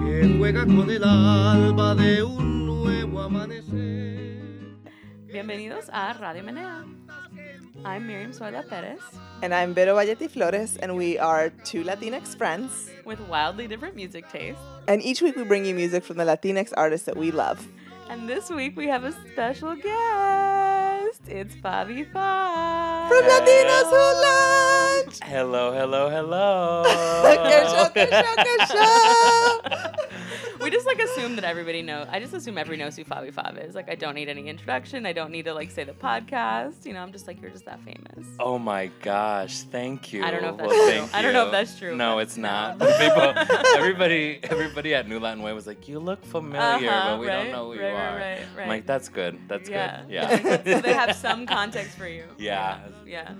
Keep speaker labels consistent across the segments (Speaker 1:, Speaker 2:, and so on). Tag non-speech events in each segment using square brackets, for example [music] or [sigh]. Speaker 1: llega con el alba de un nuevo amanecer.
Speaker 2: Bienvenidos a Radio Menea. I'm Miriam Suela Perez
Speaker 3: And I'm Vero Valletti Flores, and we are two Latinx friends.
Speaker 2: with wildly different music tastes.
Speaker 3: And each week we bring you music from the Latinx artists that we love.
Speaker 2: And this week we have a special guest. It's Bobby Fox.
Speaker 3: From Latinos Who Lunch!
Speaker 4: Hello, hello, hello.
Speaker 2: Oh.
Speaker 3: Que yo, que yo, que yo.
Speaker 2: We just like assume that everybody knows. I just assume everyone knows who Fabi Fav is. Like I don't need any introduction. I don't need to like say the podcast. You know, I'm just like you're just that famous.
Speaker 4: Oh my gosh, thank you.
Speaker 2: I don't know if that's
Speaker 4: Well,
Speaker 2: true.
Speaker 4: thank
Speaker 2: I don't know if
Speaker 4: you.
Speaker 2: that's true,
Speaker 4: No,
Speaker 2: but-
Speaker 4: it's not. [laughs] People,
Speaker 2: [laughs]
Speaker 4: everybody, everybody at New Latin Way was like, "You look familiar,
Speaker 2: Uh-huh,
Speaker 4: but we
Speaker 2: right,
Speaker 4: don't know who
Speaker 2: right, right,
Speaker 4: you are."
Speaker 2: right,
Speaker 4: I'm
Speaker 2: right.
Speaker 4: like, "That's good. That's
Speaker 2: yeah.
Speaker 4: good. Yeah,
Speaker 2: [laughs] so they have some context for you.
Speaker 4: Yeah.
Speaker 2: Yeah.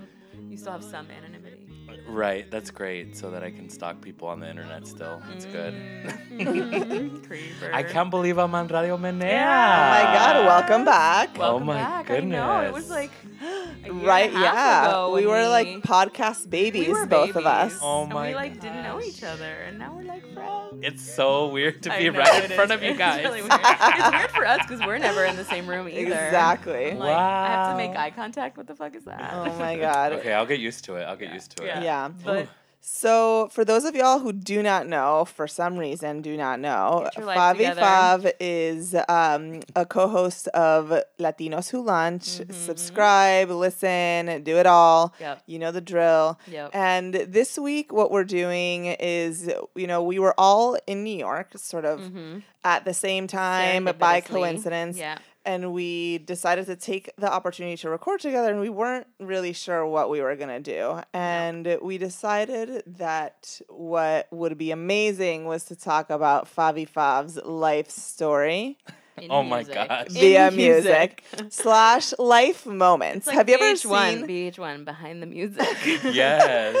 Speaker 2: You still have some anonymity.
Speaker 4: [laughs] right. That's great. So that I can stalk people on the internet still. It's good. [laughs]
Speaker 3: Mm-hmm.
Speaker 2: Mhm. [laughs] Creeper.
Speaker 4: I can't believe I'm on Radio Menea.
Speaker 2: Yeah.
Speaker 3: Oh my
Speaker 2: Ah.
Speaker 3: god, welcome back.
Speaker 4: Well-
Speaker 2: Welcome
Speaker 4: Oh my
Speaker 2: back. I know. It was
Speaker 4: goodness.
Speaker 2: like [gasps] a year
Speaker 3: right,
Speaker 2: and a half
Speaker 3: yeah.
Speaker 2: ago when
Speaker 3: we were
Speaker 2: we-
Speaker 3: like podcast babies,
Speaker 2: we were
Speaker 3: both of us.
Speaker 2: babies,
Speaker 4: Oh
Speaker 2: and
Speaker 4: my
Speaker 2: We like didn't know
Speaker 4: gosh.
Speaker 2: each other, and now we're like friends.
Speaker 4: It's so weird [laughs] to
Speaker 2: I
Speaker 4: be
Speaker 2: know,
Speaker 4: right
Speaker 2: it
Speaker 4: in front
Speaker 2: is.
Speaker 4: of you
Speaker 2: [laughs] It's
Speaker 4: guys.
Speaker 2: really weird.
Speaker 4: [laughs]
Speaker 2: it's weird for us because we're never in the same room either.
Speaker 3: Exactly.
Speaker 2: I'm like, I have to
Speaker 4: Wow.
Speaker 2: make eye contact. What the fuck is that?
Speaker 3: Oh
Speaker 2: [laughs]
Speaker 3: my god.
Speaker 4: Okay, I'll get used to it. I'll get used to it.
Speaker 2: Yeah.
Speaker 3: Yeah.
Speaker 2: But
Speaker 3: So, for those of y'all who do not know, for some reason do not know,
Speaker 2: Get your life
Speaker 3: Favi
Speaker 2: together.
Speaker 3: Fav is um, a co host of Latinos Who Lunch. Subscribe, listen, do it all.
Speaker 2: Mm-hmm, Yep.
Speaker 3: You know the drill.
Speaker 2: Yep.
Speaker 3: And this week, what we're doing is, you know, we were all in New York sort of
Speaker 2: Mm-hmm.
Speaker 3: at the same time by
Speaker 2: Serendipitously.
Speaker 3: coincidence
Speaker 2: Yeah.
Speaker 3: and we decided to take the opportunity to record together and we weren't really sure what we were going to do and we decided that what would be amazing was to talk about favi fav's life story
Speaker 2: in
Speaker 4: Oh my
Speaker 2: music.
Speaker 4: gosh.
Speaker 2: In
Speaker 3: via music, slash life moments
Speaker 2: It's like
Speaker 3: have you ever
Speaker 2: VH1,
Speaker 3: seen
Speaker 2: VH1 behind the music? [laughs]
Speaker 4: Yes.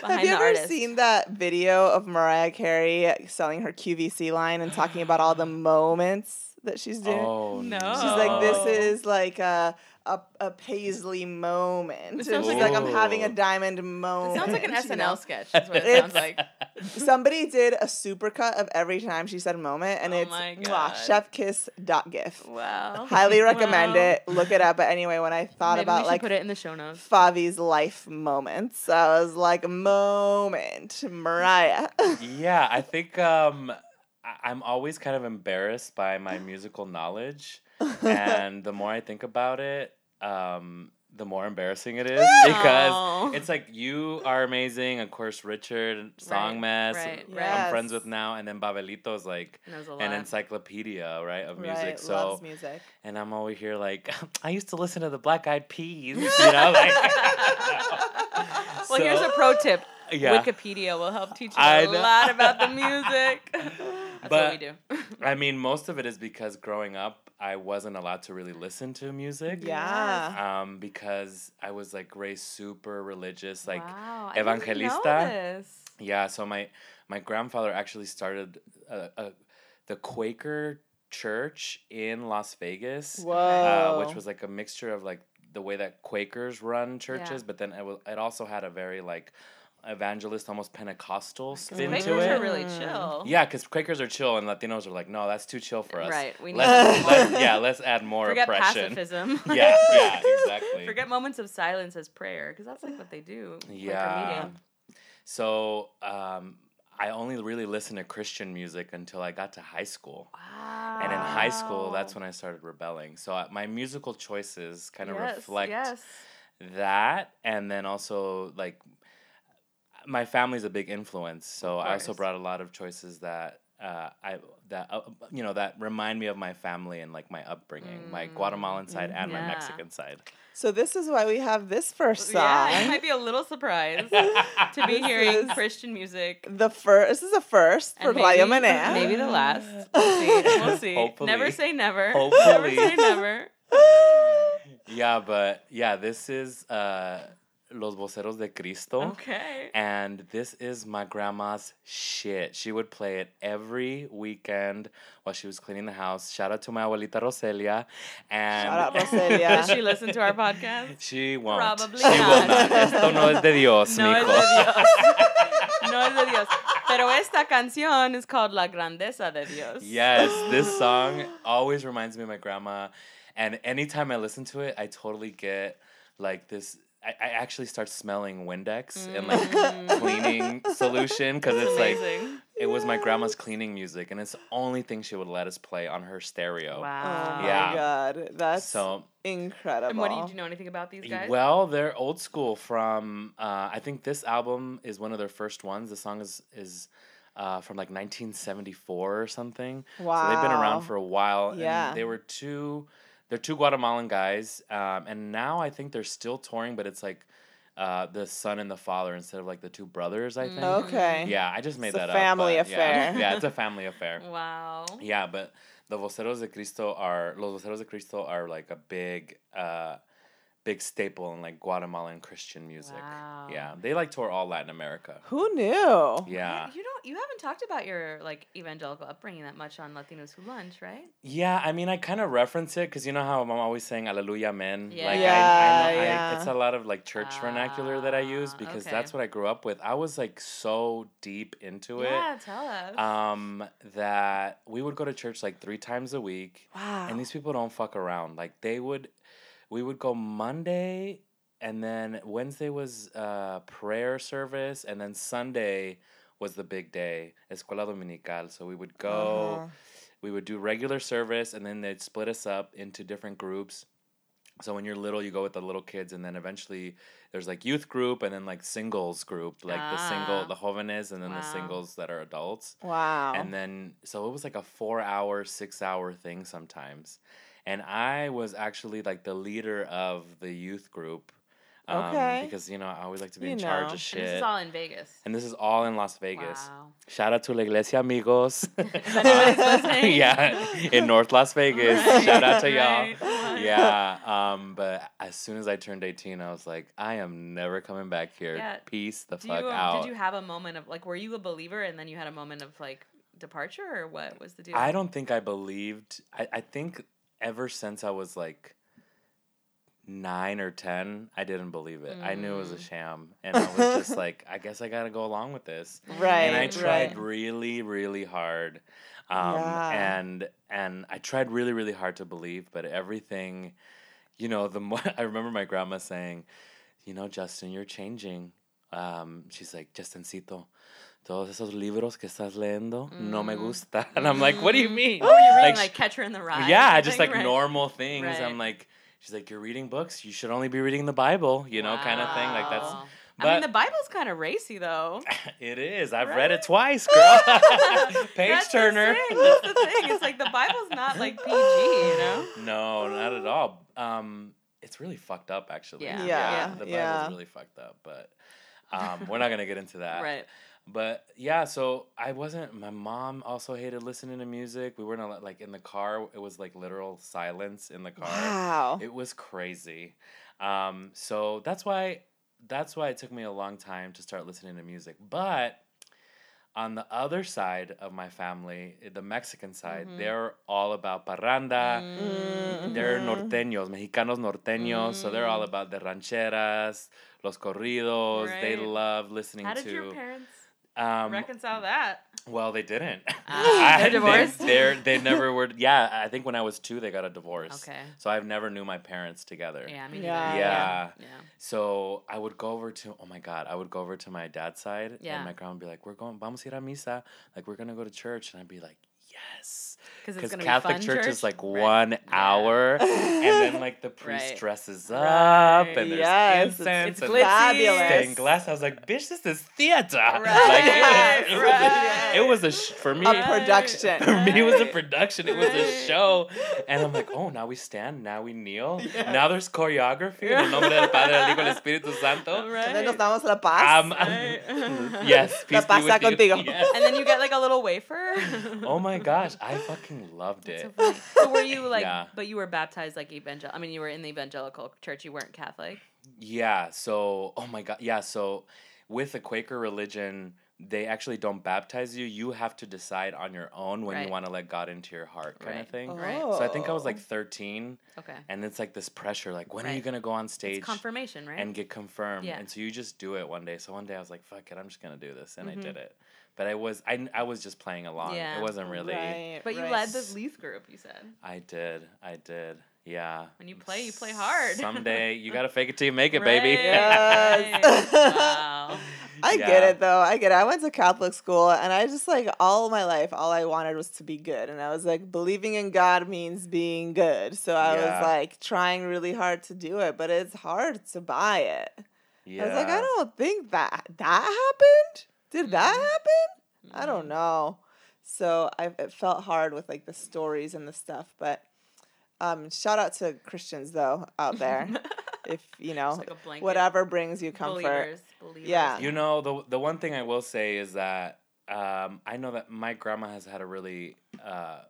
Speaker 2: behind
Speaker 3: have you
Speaker 2: the
Speaker 3: ever
Speaker 2: artist.
Speaker 3: seen that video of mariah carey selling her qvc line and talking about all the moments that she's doing
Speaker 4: Oh
Speaker 2: No.
Speaker 3: She's like,
Speaker 2: Oh.
Speaker 3: this is like a a, a Paisley moment.
Speaker 2: It
Speaker 3: So
Speaker 2: sounds
Speaker 3: she's
Speaker 4: like-
Speaker 3: like, I'm having a
Speaker 4: Ooh.
Speaker 3: diamond moment.
Speaker 2: It sounds like an
Speaker 3: [laughs] you know?
Speaker 2: SNL sketch. That's what it sounds
Speaker 3: It's-
Speaker 2: like.
Speaker 3: Somebody did a supercut of every time she said moment, and
Speaker 2: Oh
Speaker 3: it's
Speaker 2: my
Speaker 3: mwah,
Speaker 2: God.
Speaker 3: chef kiss dot gif.
Speaker 2: Wow.
Speaker 3: Highly recommend
Speaker 2: Wow.
Speaker 3: it. Look it up. But anyway, when I thought
Speaker 2: Maybe we
Speaker 3: about
Speaker 2: should
Speaker 3: like
Speaker 2: put it in the show notes.
Speaker 3: Favi's life moments, I was like, moment,
Speaker 2: [laughs]
Speaker 3: Mariah.
Speaker 4: yeah, I think um, I- I'm always kind of embarrassed by my musical knowledge, and the more I think about it, um, the more embarrassing
Speaker 3: [laughs]
Speaker 4: it is because
Speaker 2: Aw.
Speaker 4: it's like you are amazing, of course, Richard
Speaker 2: Oh. Right,
Speaker 4: Song Mess,
Speaker 2: right,
Speaker 4: I'm
Speaker 3: right.
Speaker 4: friends with now, and then Babelito is like
Speaker 2: Knows a
Speaker 4: an
Speaker 2: lot.
Speaker 4: encyclopedia, right, of music.
Speaker 3: [laughs] right,
Speaker 4: so
Speaker 3: loves
Speaker 2: [laughs]
Speaker 3: music.
Speaker 4: and I'm over here like [laughs] I used to listen to the Black Eyed
Speaker 3: [laughs]
Speaker 4: Peas, you know, like
Speaker 2: well, here's a
Speaker 4: So-
Speaker 2: pro tip.
Speaker 4: yeah.
Speaker 2: Wikipedia will help teach you
Speaker 4: I
Speaker 2: a
Speaker 4: know.
Speaker 2: lot about the
Speaker 4: [laughs]
Speaker 2: music.
Speaker 3: [laughs]
Speaker 2: That's what
Speaker 4: But-
Speaker 2: we do.
Speaker 4: I mean, most of it is because growing up, I wasn't allowed to really listen to music.
Speaker 3: Yeah.
Speaker 4: Um, because I was like raised super religious, like
Speaker 2: wow,
Speaker 4: evangelista. yeah. So my my grandfather actually started a, a, the Quaker church in Las Vegas,
Speaker 3: Whoa.
Speaker 4: uh, which was like a mixture of like the way that Quakers run churches, but then it was it also had a very like evangelist, almost Pentecostal spin
Speaker 2: Quakers
Speaker 4: to it.
Speaker 2: are really chill.
Speaker 4: Yeah, because Quakers are chill and Latinos are like, no, that's too chill for us.
Speaker 2: Right, we need
Speaker 4: Let's,
Speaker 2: more- [laughs]
Speaker 4: let's- yeah, let's add more
Speaker 2: Forget
Speaker 4: oppression.
Speaker 2: pacifism.
Speaker 4: [laughs] Yeah, yeah, exactly.
Speaker 2: [laughs] Forget moments of silence as prayer, because that's like what they do. for
Speaker 4: yeah.
Speaker 2: comedian.
Speaker 4: So um, I only really listened to Christian music until I got to high school.
Speaker 2: Wow.
Speaker 4: And in high school, that's when I started rebelling. So uh, my musical choices kind of
Speaker 2: yes,
Speaker 4: reflect
Speaker 2: Yes.
Speaker 4: that and then also like my family's a big influence so i also
Speaker 2: course.
Speaker 4: brought a lot of choices that uh, I that uh, you know that remind me of my family and like my upbringing, my Guatemalan side and
Speaker 2: Mm, Yeah.
Speaker 4: my Mexican side.
Speaker 3: So this is why we have this first song.
Speaker 2: Yeah, you might be a little
Speaker 3: [laughs]
Speaker 2: surprised [laughs] to
Speaker 4: [laughs]
Speaker 2: be hearing
Speaker 3: is-
Speaker 2: Christian music
Speaker 3: the first. This is a first for
Speaker 2: And
Speaker 3: Claudia
Speaker 2: maybe-
Speaker 3: Monet.
Speaker 2: Maybe the
Speaker 3: [laughs]
Speaker 2: last. We'll see. We'll see. Never
Speaker 4: Hopefully.
Speaker 2: say never. [laughs] Never
Speaker 4: Hopefully.
Speaker 2: say never.
Speaker 4: Yeah, but yeah, this is uh, Los Voceros de Cristo.
Speaker 2: Okay.
Speaker 4: And this is my grandma's shit. She would play it every weekend while she was cleaning the house. Shout out to my abuelita Roselia. And
Speaker 3: Shout
Speaker 4: [laughs]
Speaker 3: out,
Speaker 2: Does
Speaker 3: Roselia.
Speaker 2: she listen to our podcast?
Speaker 4: She won't.
Speaker 2: Probably
Speaker 4: she will
Speaker 2: not.
Speaker 4: not. Esto no es de Dios,
Speaker 2: No es
Speaker 4: mijo.
Speaker 2: de Dios. no es de Dios. [laughs] Pero esta canción is called La Grandeza de Dios.
Speaker 4: Yes, this song always reminds me of my grandma. And anytime I listen to it, I totally get like this. I, I actually start smelling Windex and like cleaning solution because it's like
Speaker 2: Mm. Amazing.
Speaker 4: it was my grandma's cleaning music, and it's the only thing she would let us play on her stereo.
Speaker 2: wow.
Speaker 3: Oh my
Speaker 4: Yeah.
Speaker 3: god, that's
Speaker 4: So
Speaker 3: incredible.
Speaker 2: And what do you, do you know anything about these guys?
Speaker 4: Well, they're old school. From uh, I think this album is one of their first ones. The song is is uh, from like 1974 or something. So they've been
Speaker 3: Wow.
Speaker 4: around for a while. and
Speaker 3: Yeah.
Speaker 4: they were two. They're two Guatemalan guys, um, and now I think they're still touring, but it's like uh, the son and the father instead of like the two brothers. I think.
Speaker 3: Mm. Okay.
Speaker 4: Yeah, I just made
Speaker 3: It's a
Speaker 4: that
Speaker 3: family
Speaker 4: up. but yeah.
Speaker 3: affair. [laughs]
Speaker 4: Yeah, it's a family affair.
Speaker 2: wow.
Speaker 4: Yeah, but the voceros de Cristo are los voceros de Cristo are like a big, uh, big staple in like Guatemalan Christian music.
Speaker 2: Wow.
Speaker 4: Yeah, they like tour all Latin America.
Speaker 3: Who knew?
Speaker 4: Yeah,
Speaker 2: You don't. You haven't talked about your like evangelical upbringing that much on Latinos Who Lunch, right?
Speaker 4: yeah. I mean, I kind of reference it because you know how I'm always saying "Alleluia, Amen."
Speaker 2: Yeah.
Speaker 4: Like,
Speaker 3: Yeah,
Speaker 4: I, I know, I,
Speaker 3: yeah.
Speaker 4: it's a lot of like church vernacular that I use
Speaker 2: Ah,
Speaker 4: because
Speaker 2: okay.
Speaker 4: that's what I grew up with. I was like so deep into it.
Speaker 2: Yeah. Tell us.
Speaker 4: Um, that we would go to church like three times a week.
Speaker 3: Wow.
Speaker 4: And these people don't fuck around. Like they would, we would go Monday, and then Wednesday was uh, prayer service, and then Sunday was the big day, Escuela Dominical. So we would go,
Speaker 3: Uh-huh.
Speaker 4: we would do regular service, and then they'd split us up into different groups. So when you're little, you go with the little kids, and then eventually there's like youth group, and then like singles group, like the
Speaker 2: Ah.
Speaker 4: single, the jóvenes, and then
Speaker 2: Wow.
Speaker 4: the singles that are adults.
Speaker 3: Wow.
Speaker 4: And then, so it was like a four hour, six hour thing sometimes. And I was actually like the leader of the youth group. um,
Speaker 3: Okay.
Speaker 4: Because, you know, I always like to be
Speaker 3: You
Speaker 4: in charge
Speaker 3: know.
Speaker 4: of shit.
Speaker 2: And this is all in Vegas.
Speaker 4: all in Las Vegas.
Speaker 2: Wow.
Speaker 4: Shout out to La Iglesia Amigos.
Speaker 2: [laughs]
Speaker 4: [laughs] Uh,
Speaker 2: Is anybody's listening?
Speaker 4: yeah, in North Las
Speaker 2: [laughs]
Speaker 4: Vegas.
Speaker 2: Right,
Speaker 4: Shout out to y'all.
Speaker 2: right, right.
Speaker 4: Yeah, um, but as soon as I turned 18, I was like, I am never coming back here.
Speaker 2: Yeah.
Speaker 4: Peace the
Speaker 2: Do
Speaker 4: fuck
Speaker 2: you, um,
Speaker 4: out.
Speaker 2: Did you have a moment of like, were you a believer, and then you had a moment of like departure, or what was the deal?
Speaker 4: I don't think I believed. I, I think ever since I was like nine or 10, I didn't believe it. I knew it was a sham. And I was just like, I guess I got to go along with this.
Speaker 3: right.
Speaker 4: And I
Speaker 3: right.
Speaker 4: tried really, really hard. Um,
Speaker 3: Yeah.
Speaker 4: And and I tried really, really hard to believe, but everything, you know, the more [laughs] I remember my grandma saying, you know, Justin, you're changing. Um, she's like, Justincito, todos esos libros que estás leyendo no me gusta. And [laughs] I'm like, what do you mean?
Speaker 2: Were you reading like,
Speaker 4: Like,
Speaker 2: Catcher in the Rye? or
Speaker 4: yeah, just like
Speaker 2: something? Right.
Speaker 4: normal things.
Speaker 2: Right.
Speaker 4: I'm like, she's like, you're reading books. You should only be reading the Bible, you know, kind of thing. Like that's.
Speaker 2: Wow. I mean,
Speaker 4: But
Speaker 2: the Bible's kind of racy,
Speaker 4: [laughs]
Speaker 2: though.
Speaker 4: it is. I've
Speaker 2: Right?
Speaker 4: read it twice, girl. [laughs] Page
Speaker 2: [laughs] That's the
Speaker 4: Turner.
Speaker 2: thing,
Speaker 4: [laughs]
Speaker 2: That's the thing. It's like the Bible's not like PG, you know.
Speaker 4: No, not at all. Um, it's really fucked up, actually.
Speaker 2: Yeah.
Speaker 3: Yeah,
Speaker 4: the Bible's
Speaker 3: yeah.
Speaker 4: really fucked up, but um, we're not gonna get into
Speaker 2: [laughs]
Speaker 4: that.
Speaker 2: Right.
Speaker 4: But yeah, so I wasn't. My mom also hated listening to music. We weren't allowed, like in the car. It was like literal silence in the car.
Speaker 3: Wow.
Speaker 4: [laughs] It was crazy. Um, so that's why that's why it took me a long time to start listening to music. But on the other side of my family, eh, the Mexican side,
Speaker 2: Mm-hmm.
Speaker 4: they're all about parranda.
Speaker 2: Mm.
Speaker 4: They're
Speaker 2: Mm-hmm.
Speaker 3: Mhm.
Speaker 4: norteños, mexicanos norteños, so they're all about the rancheras, los corridos. They
Speaker 2: Right.
Speaker 4: love listening
Speaker 2: How did
Speaker 4: to.
Speaker 2: your parents
Speaker 4: um,
Speaker 2: reconcile that?
Speaker 4: well, they didn't. [laughs]
Speaker 2: Ah, they're
Speaker 4: I- they-
Speaker 2: divorced?
Speaker 4: They're, they never were. Yeah, I think when I was two, they got a divorce.
Speaker 2: Okay.
Speaker 4: So I've never knew my parents together.
Speaker 2: Yeah. I mean,
Speaker 3: Yeah.
Speaker 4: Yeah.
Speaker 2: Yeah.
Speaker 4: So I would go over to oh my god, I would go over to my dad's side
Speaker 2: Yeah.
Speaker 4: and my grandma would be like, We're going vamos a ir a misa, like we're gonna go to church and I'd be like, Yes.
Speaker 2: Because it's
Speaker 4: Because
Speaker 2: gonna
Speaker 4: Catholic
Speaker 2: be fun
Speaker 4: church,
Speaker 2: church
Speaker 4: is like
Speaker 2: Right.
Speaker 4: one
Speaker 2: Yeah.
Speaker 4: hour and
Speaker 2: [laughs]
Speaker 4: then like the priest
Speaker 2: Right.
Speaker 4: dresses up
Speaker 2: Right.
Speaker 4: and there's
Speaker 3: Yes, it's-
Speaker 4: incense
Speaker 2: It's
Speaker 4: and
Speaker 2: glitzy.
Speaker 4: stained
Speaker 3: Fabulous.
Speaker 4: glass. I was like, bitch, this is theater. [laughs]
Speaker 2: Right,
Speaker 4: Like it was, it was
Speaker 2: right.
Speaker 4: a, it was a sh- for me
Speaker 3: A
Speaker 2: [laughs]
Speaker 3: production.
Speaker 4: for [laughs] me, it was a
Speaker 2: Right.
Speaker 4: production. It was
Speaker 2: Right.
Speaker 4: a show, and I'm like, oh, now we stand, now we kneel, now there's choreography. In el nombre del Padre, del Hijo, y del Espíritu Santo.
Speaker 2: [laughs] Right.
Speaker 3: [laughs] And then nos
Speaker 4: [laughs]
Speaker 3: damos la paz.
Speaker 4: Um,
Speaker 2: Right.
Speaker 4: [laughs] yes,
Speaker 3: La
Speaker 4: peace
Speaker 2: [laughs]
Speaker 4: be
Speaker 3: pasa
Speaker 4: with you.
Speaker 3: contigo.
Speaker 4: [laughs] Yes.
Speaker 2: And then you get like a little wafer.
Speaker 4: Oh my gosh, I fucking loved
Speaker 2: That's
Speaker 4: it.
Speaker 2: so funny. So were you like?
Speaker 4: Yeah.
Speaker 2: But you were baptized like evangel. I mean, you were in the evangelical church. You weren't Catholic.
Speaker 4: Yeah. So, oh my God. Yeah. So, with the Quaker religion, they actually don't baptize you. You have to decide on your own when
Speaker 2: Right.
Speaker 4: you want to let God into your heart, kind
Speaker 2: Right.
Speaker 4: of thing.
Speaker 2: Right.
Speaker 4: So, I think I was
Speaker 3: Oh.
Speaker 4: like 13,
Speaker 2: Okay.
Speaker 4: and it's like this pressure like, when are you
Speaker 2: Right.
Speaker 4: going to go on stage
Speaker 2: It's confirmation, right?
Speaker 4: and get confirmed?
Speaker 2: Yeah.
Speaker 4: And so, you just do it one day. So, one day I was like, fuck it, I'm just going to do this. And
Speaker 2: Mhm.
Speaker 4: I did it. But I was I, I was just playing along.
Speaker 2: Yeah.
Speaker 4: It wasn't really.
Speaker 3: Right,
Speaker 2: but you
Speaker 3: right.
Speaker 2: led the youth group. You said.
Speaker 4: I did. I did. Yeah.
Speaker 2: When you play, you play hard. [laughs]
Speaker 4: Someday you gotta fake it till you make it,
Speaker 2: Right.
Speaker 4: baby.
Speaker 3: Yes.
Speaker 2: wow.
Speaker 3: I get
Speaker 4: Yeah.
Speaker 3: it though. I get it. I went to Catholic school and I just like all my life, all I wanted was to be good. And I was like, believing in God means being good. So I
Speaker 4: Yeah.
Speaker 3: was like trying really hard to do it, but it's hard to buy it.
Speaker 2: [laughs]
Speaker 4: Yeah.
Speaker 3: I was like, I don't think that that happened. Did that
Speaker 4: Mm-hmm.
Speaker 3: happen? I don't know. So I it felt hard with like the stories and the stuff, but um, shout out to Christians though out
Speaker 4: [laughs]
Speaker 3: there. if you know
Speaker 2: Mm-hmm. Just like a blanket.
Speaker 3: whatever brings you comfort.
Speaker 2: Believers, believers.
Speaker 3: Yeah.
Speaker 4: You know, the the one thing I will say is that um, I know that my grandma has had a really uh,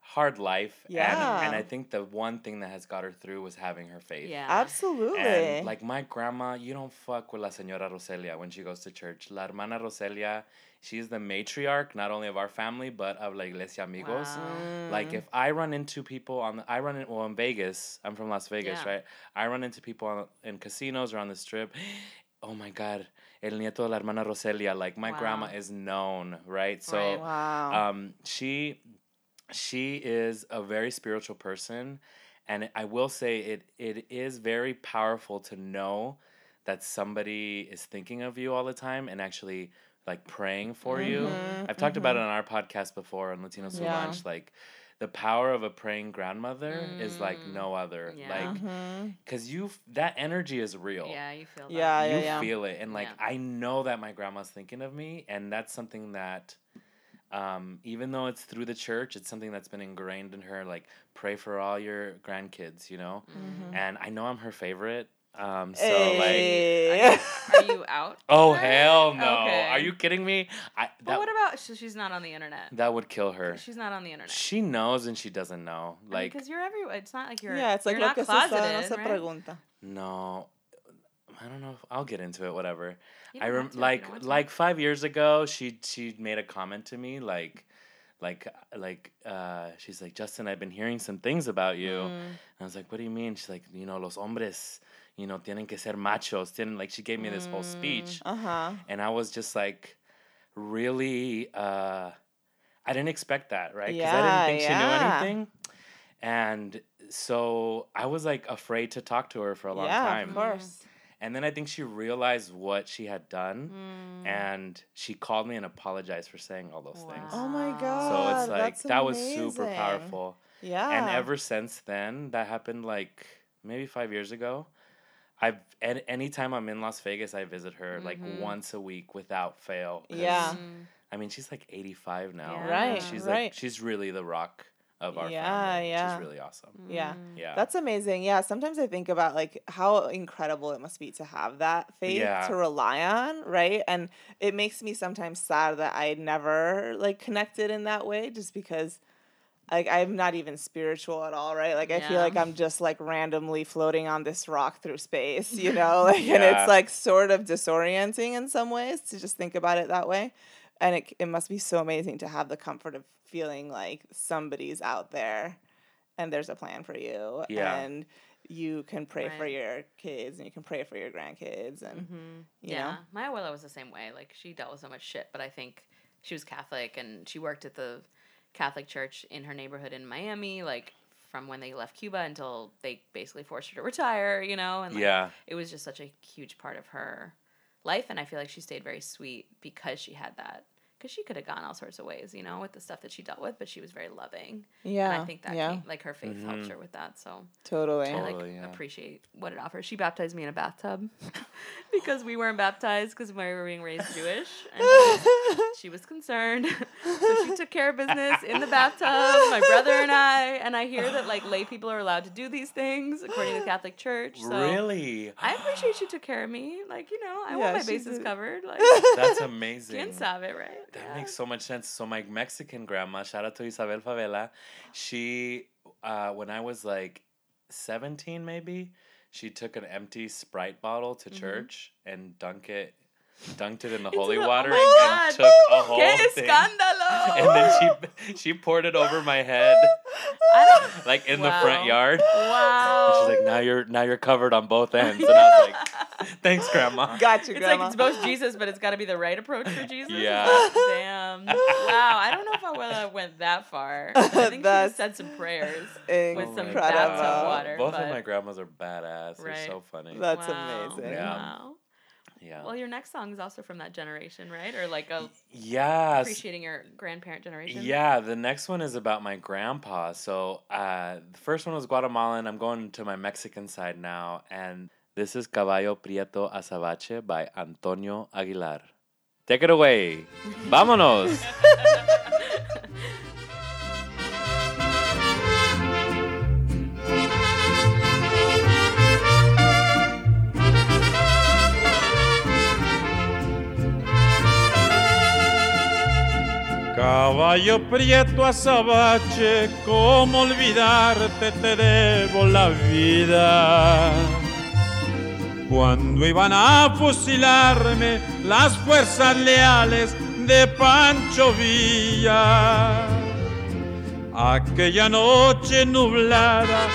Speaker 4: hard life,
Speaker 3: Yeah.
Speaker 4: and and I think the one thing that has got her through was having her faith.
Speaker 2: Yeah.
Speaker 3: Absolutely.
Speaker 4: And like my grandma, you don't fuck with la señora Roselia when she goes to church. La hermana Roselia, she's the matriarch not only of our family but of la iglesia amigos.
Speaker 2: Wow.
Speaker 4: Like
Speaker 3: Mm,
Speaker 4: if I run into people on the, I run in well in Vegas. I'm from Las Vegas,
Speaker 2: Yeah.
Speaker 4: right? I run into people on, in casinos or on the strip. [gasps] Oh my god, el nieto de la hermana Roselia. Like my
Speaker 2: Wow.
Speaker 4: grandma is known, right? So
Speaker 2: Right. Uh-huh.
Speaker 3: wow.
Speaker 4: um, she she is a very spiritual person, and I will say it it is very powerful to know that somebody is thinking of you all the time and actually like praying for you.
Speaker 2: Mm-hmm.
Speaker 3: Mhm,
Speaker 4: I've talked about it on our podcast before on Latino
Speaker 3: Yeah.
Speaker 4: Solange, like. The power of a praying grandmother is like
Speaker 2: Mm,
Speaker 4: no other.
Speaker 2: yeah.
Speaker 4: Like,
Speaker 2: Mm-hmm.
Speaker 3: Mhm.
Speaker 4: cause you f- that energy is real
Speaker 2: Yeah, you feel that.
Speaker 3: Yeah,
Speaker 4: you
Speaker 3: yeah, yeah.
Speaker 4: feel it and like
Speaker 2: Yeah.
Speaker 4: i know that my grandma's thinking of me and that's something that um, even though it's through the church it's something that's been ingrained in her like pray for all your grandkids you know
Speaker 2: Mm-hmm.
Speaker 3: Mhm.
Speaker 4: and i know i'm her favorite um, so
Speaker 2: Eh,
Speaker 4: like
Speaker 3: Hey.
Speaker 2: Are you out?
Speaker 4: [laughs] oh
Speaker 2: for her?
Speaker 4: hell no
Speaker 2: Okay.
Speaker 4: are you kidding me I,
Speaker 2: But
Speaker 4: that,
Speaker 2: what about? So she's not on the internet.
Speaker 4: that would kill her
Speaker 2: She's not on the internet.
Speaker 4: she knows and she doesn't know like
Speaker 2: because you're everywhere. It's not like you're.
Speaker 3: yeah, it's like
Speaker 2: you're
Speaker 3: lo
Speaker 2: not
Speaker 3: que se sabe no
Speaker 2: closeted,
Speaker 3: se
Speaker 2: right?
Speaker 3: pregunta.
Speaker 4: no i don't know if i'll get into it whatever
Speaker 2: You
Speaker 4: I
Speaker 2: don't
Speaker 4: rem-
Speaker 2: have to if you
Speaker 4: like
Speaker 2: don't want to.
Speaker 4: like five years ago, she she made a comment to me like, like like uh, she's like Justin, I've been hearing some things about you.
Speaker 2: Mm-hmm.
Speaker 3: Mm.
Speaker 4: And I was like, what do you mean? She's like, you know, los hombres, you know, tienen que ser machos. Tienen like she gave me this whole speech,
Speaker 3: Uh huh.
Speaker 2: Mm.
Speaker 4: and I was just like, really, uh, I didn't expect that, right? Because
Speaker 3: Yeah,
Speaker 4: I didn't think
Speaker 3: yeah.
Speaker 4: she knew anything. And so I was like afraid to talk to her for a long
Speaker 3: yeah, of
Speaker 4: time.
Speaker 3: course.
Speaker 4: And then I think she realized what she had done
Speaker 2: Mm.
Speaker 4: and she called me and apologized for saying all those things.
Speaker 3: Oh my
Speaker 2: Wow.
Speaker 4: So
Speaker 3: god.
Speaker 4: it's like
Speaker 3: that's
Speaker 4: that was super
Speaker 3: amazing. Ah.
Speaker 4: powerful.
Speaker 3: Yeah.
Speaker 4: And ever since then, that happened like maybe five years ago. I've and anytime I'm in Las Vegas, I visit her like
Speaker 2: Mhm.
Speaker 4: once a week without fail. 'cause,
Speaker 3: Yeah.
Speaker 2: Mm.
Speaker 4: I mean, she's like 85 now.
Speaker 2: Yeah.
Speaker 4: and
Speaker 2: Right,
Speaker 4: She's like
Speaker 3: right.
Speaker 4: she's really the rock of our
Speaker 3: Yeah,
Speaker 4: family.
Speaker 3: yeah.
Speaker 4: She's really awesome.
Speaker 3: Yeah.
Speaker 2: Mm.
Speaker 4: Yeah.
Speaker 3: That's amazing. Yeah, sometimes I think about like how incredible it must be to have that faith
Speaker 4: Yeah.
Speaker 3: to rely on, right? And it makes me sometimes sad that I never like connected in that way just because like I'm not even spiritual at all, right? Like I feel
Speaker 2: Yeah.
Speaker 3: like I'm just like randomly floating on this rock through space,
Speaker 4: [laughs]
Speaker 3: you know? [laughs] Like and
Speaker 4: Yeah.
Speaker 3: it's like sort of disorienting in some ways to just think about it that way. And it it must be so amazing to have the comfort of feeling like somebody's out there and there's a plan for you
Speaker 4: Yeah.
Speaker 3: and you can pray for
Speaker 2: Right.
Speaker 3: your kids and you can pray for your grandkids and
Speaker 2: Mhm.
Speaker 3: you
Speaker 2: yeah.
Speaker 3: know?
Speaker 2: My abuela was the same way. Like she dealt with so much shit, but I think she was Catholic and she worked at the Catholic church in her neighborhood in Miami, like from when they left Cuba until they basically forced her to retire, you know? And like,
Speaker 3: [laughs]
Speaker 4: yeah.
Speaker 2: it was just such a huge part of her life. And I feel like she stayed very sweet because she had that. Because she could have gone all sorts of ways, you know, with the stuff that she dealt with, but she was very loving.
Speaker 3: yeah
Speaker 2: and I think that,
Speaker 3: yeah
Speaker 2: came, like, her faith helped
Speaker 4: Mhm.
Speaker 2: her with that. So
Speaker 3: totally
Speaker 2: I like
Speaker 4: Totally, yeah.
Speaker 2: appreciate what it offers. She baptized me in a bathtub [laughs] because we weren't baptized because we were being raised Jewish.
Speaker 4: [laughs]
Speaker 2: And she was concerned, [laughs] so she took care of business in the bathtub. My brother and I, and I hear that like lay people are allowed to do these things according to the Catholic Church. So
Speaker 4: really?
Speaker 2: I
Speaker 3: [laughs]
Speaker 2: appreciate she took care of me. Like you know, I
Speaker 3: Yeah,
Speaker 2: want my
Speaker 3: she
Speaker 2: bases
Speaker 3: did.
Speaker 2: covered. Like
Speaker 4: That's amazing.
Speaker 2: can sabe, right?
Speaker 4: That makes so much sense. So my Mexican grandma, shout out to Isabel Favela, she uh, when I was like seventeen maybe, she took an empty Sprite bottle to church and dunk it, dunked it in the
Speaker 2: Mm-hmm. Into
Speaker 4: holy
Speaker 2: the- oh
Speaker 4: water
Speaker 2: my
Speaker 4: and
Speaker 2: God.
Speaker 4: took a whole
Speaker 2: ¡Qué
Speaker 4: thing.
Speaker 2: escándalo!
Speaker 4: And then she [laughs] she poured it over my head,
Speaker 2: I don't-
Speaker 4: [laughs] like in the
Speaker 2: Wow.
Speaker 4: front yard. And
Speaker 2: wow.
Speaker 4: she's like, now you're now you're covered on both ends, and I
Speaker 3: [laughs]
Speaker 4: was
Speaker 2: [laughs]
Speaker 4: like, thanks, grandma.
Speaker 3: Got you,
Speaker 2: it's
Speaker 3: grandma.
Speaker 2: like it's both
Speaker 3: [laughs]
Speaker 2: Jesus, but it's got to be the right approach for Jesus.
Speaker 4: Yeah.
Speaker 2: Damn. Wow. I don't know if I well, went that far. I think she
Speaker 3: That's
Speaker 2: just said some prayers.
Speaker 4: Oh
Speaker 2: with some
Speaker 4: my
Speaker 2: bathtub
Speaker 4: God.
Speaker 2: water,
Speaker 4: Both
Speaker 2: but-
Speaker 4: of my grandmas are badass. They're
Speaker 2: Right.
Speaker 4: so funny.
Speaker 3: That's
Speaker 2: Wow.
Speaker 3: amazing.
Speaker 4: Yeah.
Speaker 2: Wow.
Speaker 4: yeah.
Speaker 2: Well, your next song is also from that generation, right? Or like a
Speaker 4: yes.
Speaker 2: appreciating your grandparent generation.
Speaker 4: Yeah, the next one is about my grandpa. So uh, the first one was Guatemalan. I'm going to my Mexican side now. And this is Caballo Prieto Azabache by Antonio Aguilar. Take it away. Vámonos.
Speaker 5: Caballo prieto azabache, cómo olvidarte te debo la vida. Cuando iban a fusilarme las fuerzas leales de Pancho Villa. Aquella noche nublada,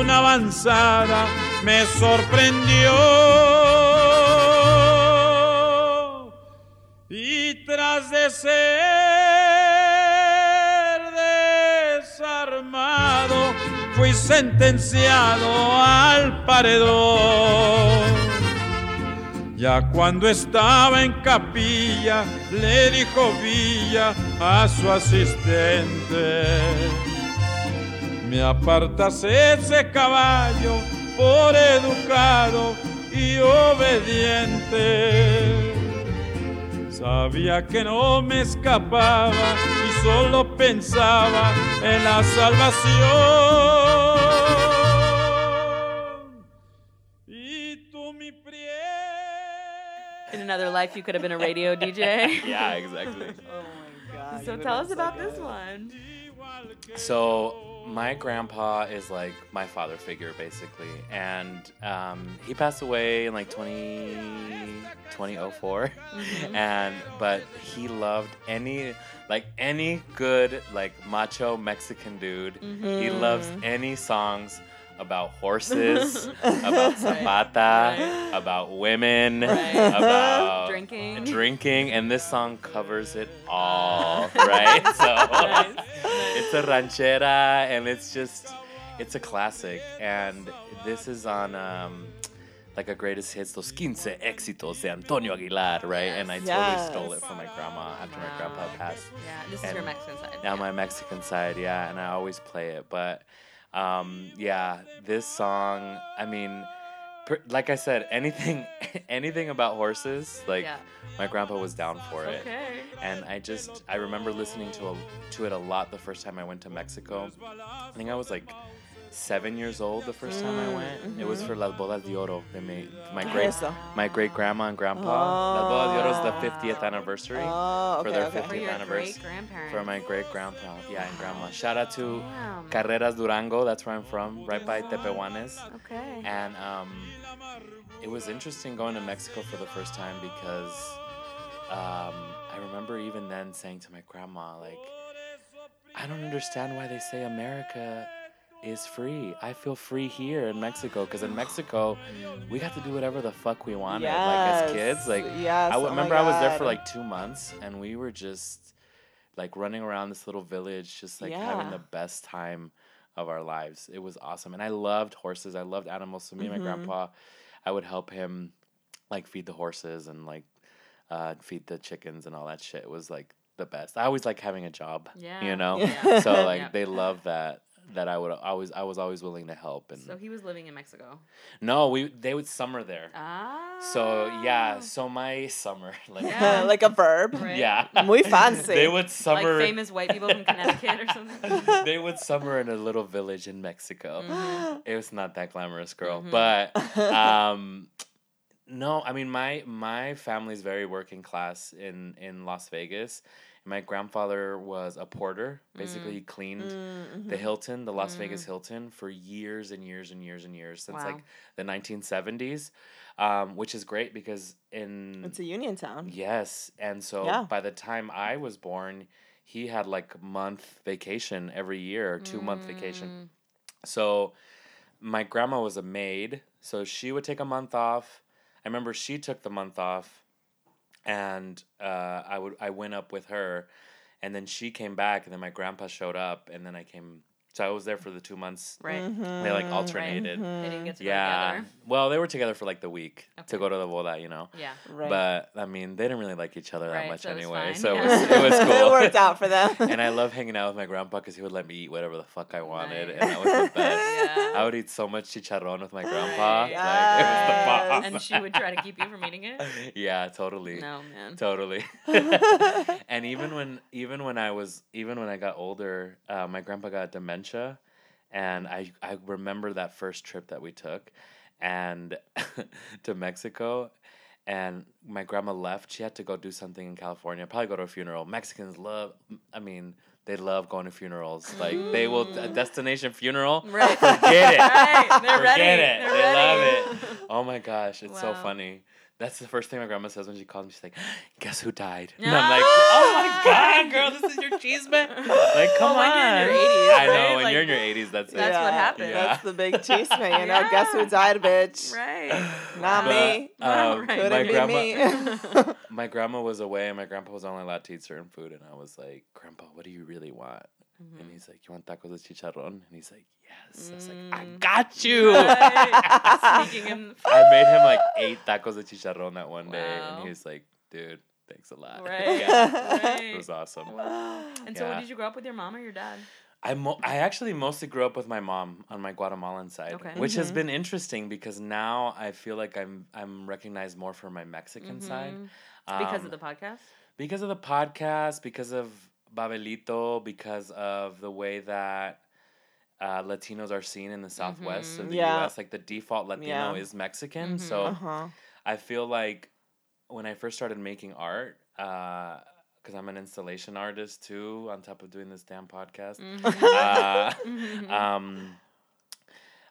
Speaker 5: una avanzada me sorprendió y tras de ser desarmado fui sentenciado al paredón. Ya cuando estaba en capilla, le dijo Villa a su asistente, me apartas ese caballo por educado y obediente. Sabía que no me escapaba y solo pensaba en la salvación. Y tú, mi
Speaker 2: In
Speaker 5: prie-
Speaker 2: another life, you could have been a
Speaker 3: [laughs]
Speaker 2: radio DJ.
Speaker 4: yeah, exactly.
Speaker 3: Oh my god.
Speaker 2: So
Speaker 3: you
Speaker 2: tell
Speaker 3: would've
Speaker 2: us
Speaker 3: been
Speaker 2: about
Speaker 3: so
Speaker 2: this
Speaker 3: good.
Speaker 2: one.
Speaker 3: [laughs]
Speaker 5: igual que
Speaker 4: So my grandpa is like my father figure basically, and um, he passed away in like 20, 2004,
Speaker 2: Mm-hmm.
Speaker 4: [laughs] and but he loved any like any good like macho Mexican dude. He
Speaker 2: Mm-hmm.
Speaker 4: loves any songs about horses,
Speaker 2: [laughs]
Speaker 4: about
Speaker 2: Right.
Speaker 4: zapata,
Speaker 2: Right.
Speaker 4: about women,
Speaker 2: Right.
Speaker 4: about
Speaker 2: Drinking.
Speaker 4: drinking, and this song covers it
Speaker 2: [laughs]
Speaker 4: all, right? So
Speaker 2: Nice.
Speaker 4: it's a ranchera and it's just it's a classic and this is on um like a greatest hits los 15 éxitos de antonio aguilar right and i
Speaker 3: Yes.
Speaker 4: totally stole it from my grandma after my grandpa
Speaker 2: Wow.
Speaker 4: passed
Speaker 2: Yeah, this is
Speaker 4: And
Speaker 2: your Mexican side.
Speaker 4: now my mexican side yeah and i always play it but um yeah this song i mean per, like i said anything [laughs] anything about horses like
Speaker 2: Yeah.
Speaker 4: my grandpa was down for it
Speaker 2: Okay.
Speaker 4: and I just I remember listening to a, to it a lot the first time I went to Mexico. I think I was like seven years old the first time I went. It was for Las Bodas de Oro. They made my great
Speaker 3: Eso.
Speaker 4: my great grandma and grandpa. Las Bodas de Oro is
Speaker 2: Oh.
Speaker 4: the fiftieth anniversary
Speaker 3: Oh,
Speaker 4: for
Speaker 3: okay,
Speaker 4: their
Speaker 3: okay.
Speaker 2: For
Speaker 4: 50th
Speaker 2: your
Speaker 4: anniversary
Speaker 2: great grandparents.
Speaker 4: for my great grandpa. Yeah, and grandma. Shout out to
Speaker 2: Damn.
Speaker 4: Carreras Durango. That's where I'm from, right by Tepehuanes.
Speaker 2: Okay.
Speaker 4: And um, it was interesting going to Mexico for the first time because um, I remember even then saying to my grandma, like, I don't understand why they say America is free. I feel free here in Mexico because in Mexico, we got to do whatever the fuck we wanted. Like
Speaker 3: Yes,
Speaker 4: as kids, like
Speaker 3: yes,
Speaker 4: I
Speaker 3: oh
Speaker 4: w-
Speaker 3: my
Speaker 4: remember I was there for
Speaker 3: God.
Speaker 4: like two months and we were just like running around this little village, just like having
Speaker 3: Yeah.
Speaker 4: the best time of our lives. It was awesome. And I loved horses. I loved animals. So me and my
Speaker 2: Mm-hmm.
Speaker 4: grandpa, I would help him like feed the horses and like uh, feed the chickens and all that shit. It was like the best. I always like having a job.
Speaker 2: Yeah,
Speaker 4: You know?
Speaker 2: yeah. [laughs]
Speaker 4: So like
Speaker 2: Yeah.
Speaker 4: they love that that I would always I was always willing to help and
Speaker 2: so he was living in Mexico.
Speaker 4: no, we they would summer there.
Speaker 2: Ah.
Speaker 4: So yeah, so my summer [laughs] like
Speaker 2: Yeah.
Speaker 3: [laughs] like a verb.
Speaker 2: Right.
Speaker 4: [laughs] yeah.
Speaker 3: [laughs] Muy fancy.
Speaker 4: they would
Speaker 2: Like
Speaker 4: summer
Speaker 2: famous white people from Connecticut or something.
Speaker 4: [laughs] they would summer in a little village
Speaker 3: Mm-hmm.
Speaker 4: in Mexico.
Speaker 2: Mhm.
Speaker 3: [laughs]
Speaker 2: Mm-hmm.
Speaker 4: It was not that glamorous, girl,
Speaker 2: Mhm.
Speaker 4: but um No, I mean my my family's very working class in in Las Vegas. My grandfather was a porter. Basically,
Speaker 3: Mm.
Speaker 4: he cleaned
Speaker 3: Mm-hmm.
Speaker 4: the Hilton, the Las Vegas Hilton, for years and years and years and years since
Speaker 2: Wow.
Speaker 4: like the 1970s, um, which is great because in
Speaker 3: It's a union town.
Speaker 4: yes, and so
Speaker 3: Yeah.
Speaker 4: by the time I was born, he had like month vacation every year, two month vacation.
Speaker 2: Mm.
Speaker 4: So my grandma was a maid, so she would take a month off. I remember she took the month off, and uh, I would I went up with her, and then she came back, and then my grandpa showed up, and then I came. So I was there for the two months.
Speaker 2: Right.
Speaker 3: Mm-hmm.
Speaker 2: Mm-hmm.
Speaker 4: They like alternated.
Speaker 2: They didn't get to
Speaker 4: Yeah.
Speaker 2: go together.
Speaker 4: Well, they were together for like the week to
Speaker 2: Okay.
Speaker 4: go to the boda, you know.
Speaker 2: Yeah.
Speaker 3: Right.
Speaker 4: But I mean, they didn't really like each other that
Speaker 2: Right,
Speaker 4: much
Speaker 2: so it was
Speaker 4: anyway,
Speaker 2: fine.
Speaker 4: so
Speaker 3: [laughs]
Speaker 4: it
Speaker 2: Yeah.
Speaker 4: was,
Speaker 2: [laughs]
Speaker 4: it was cool.
Speaker 3: it worked out for them.
Speaker 4: [laughs] and I love hanging out with my grandpa because he would let me eat whatever the fuck I wanted, and that was the best.
Speaker 2: Yeah.
Speaker 4: I would eat so much chicharron with my grandpa.
Speaker 2: Right.
Speaker 4: Like, it
Speaker 2: and
Speaker 4: was the
Speaker 2: she would try to keep you from eating
Speaker 4: [laughs]
Speaker 2: it.
Speaker 4: bomb. [laughs] yeah, totally.
Speaker 2: No, man.
Speaker 4: Totally. [laughs] and even when even when I was even when I got older, uh, my grandpa got dementia and I I remember that first trip that we took and [laughs] to Mexico and my grandma left. She had to go do something in California, probably go to a funeral. Mexicans love I mean, they love going to funerals. Like they will a destination funeral.
Speaker 2: Right.
Speaker 4: [laughs] Forget it.
Speaker 2: right. They're ready.
Speaker 4: Forget it.
Speaker 2: They're
Speaker 4: they
Speaker 2: ready. [laughs]
Speaker 4: love it. Oh my gosh, it's so
Speaker 2: Wow.
Speaker 4: funny. That's the first thing my grandma says when she calls me. She's like, [gasps] "Guess who died?" And
Speaker 2: Ah!
Speaker 4: I'm like, "Oh my
Speaker 2: [laughs]
Speaker 4: god, girl, this is your cheese man." Like,
Speaker 2: Well,
Speaker 4: come
Speaker 2: when
Speaker 4: on.
Speaker 2: you're in your 80s,
Speaker 4: I know
Speaker 2: right?
Speaker 4: when
Speaker 2: Like,
Speaker 4: you're in your 80s, that's,
Speaker 2: that's
Speaker 4: it.
Speaker 2: what happened.
Speaker 3: That's the big cheese you know.
Speaker 2: Yeah.
Speaker 3: Guess who died,
Speaker 2: [laughs]
Speaker 3: bitch?
Speaker 2: Right.
Speaker 4: [laughs]
Speaker 3: Not
Speaker 2: But- [laughs]
Speaker 3: me.
Speaker 4: Um,
Speaker 2: Right.
Speaker 4: my
Speaker 3: Couldn't be
Speaker 4: grandma,
Speaker 3: me.
Speaker 4: [laughs]
Speaker 3: [laughs]
Speaker 4: my grandma was away, and my grandpa was only allowed to eat certain food, and I was like, "Grandpa, what do you really want?"
Speaker 2: Mm-hmm.
Speaker 4: And he's like, "You want tacos de chicharron?" And he's like, "Yes." I was like, "I
Speaker 2: Mm.
Speaker 4: got you."
Speaker 2: Right. Sneaking in.
Speaker 4: I made him like eight tacos de chicharron that one day,
Speaker 2: Wow.
Speaker 4: and he was like, "Dude, thanks a
Speaker 2: [laughs]
Speaker 4: lot."
Speaker 2: Right.
Speaker 4: [laughs] Yeah.
Speaker 2: [laughs] Right.
Speaker 4: It was awesome.
Speaker 2: And so,
Speaker 4: Yeah.
Speaker 2: did you grow up with your mom or your dad?
Speaker 4: I mo- I actually mostly grew up with my mom on my Guatemalan side,
Speaker 2: Okay.
Speaker 4: which has been interesting because now I feel like I'm I'm recognized more for my Mexican side
Speaker 2: Mhm. Because
Speaker 4: Um,
Speaker 2: of the podcast?
Speaker 4: because of the podcast, because of Babelito, because of the way that uh, Latinos are seen in the Southwest
Speaker 2: Mm-hmm.
Speaker 4: of the
Speaker 3: Yeah.
Speaker 4: U.S. Like the default Latino
Speaker 3: Yeah.
Speaker 4: is Mexican,
Speaker 2: Mhm.
Speaker 4: so
Speaker 3: Uh huh.
Speaker 4: I feel like when I first started making art, because I'm an installation artist too, on top of doing this damn podcast.
Speaker 2: Mm. Mm-hmm.
Speaker 3: [laughs]
Speaker 4: [laughs] uh, um,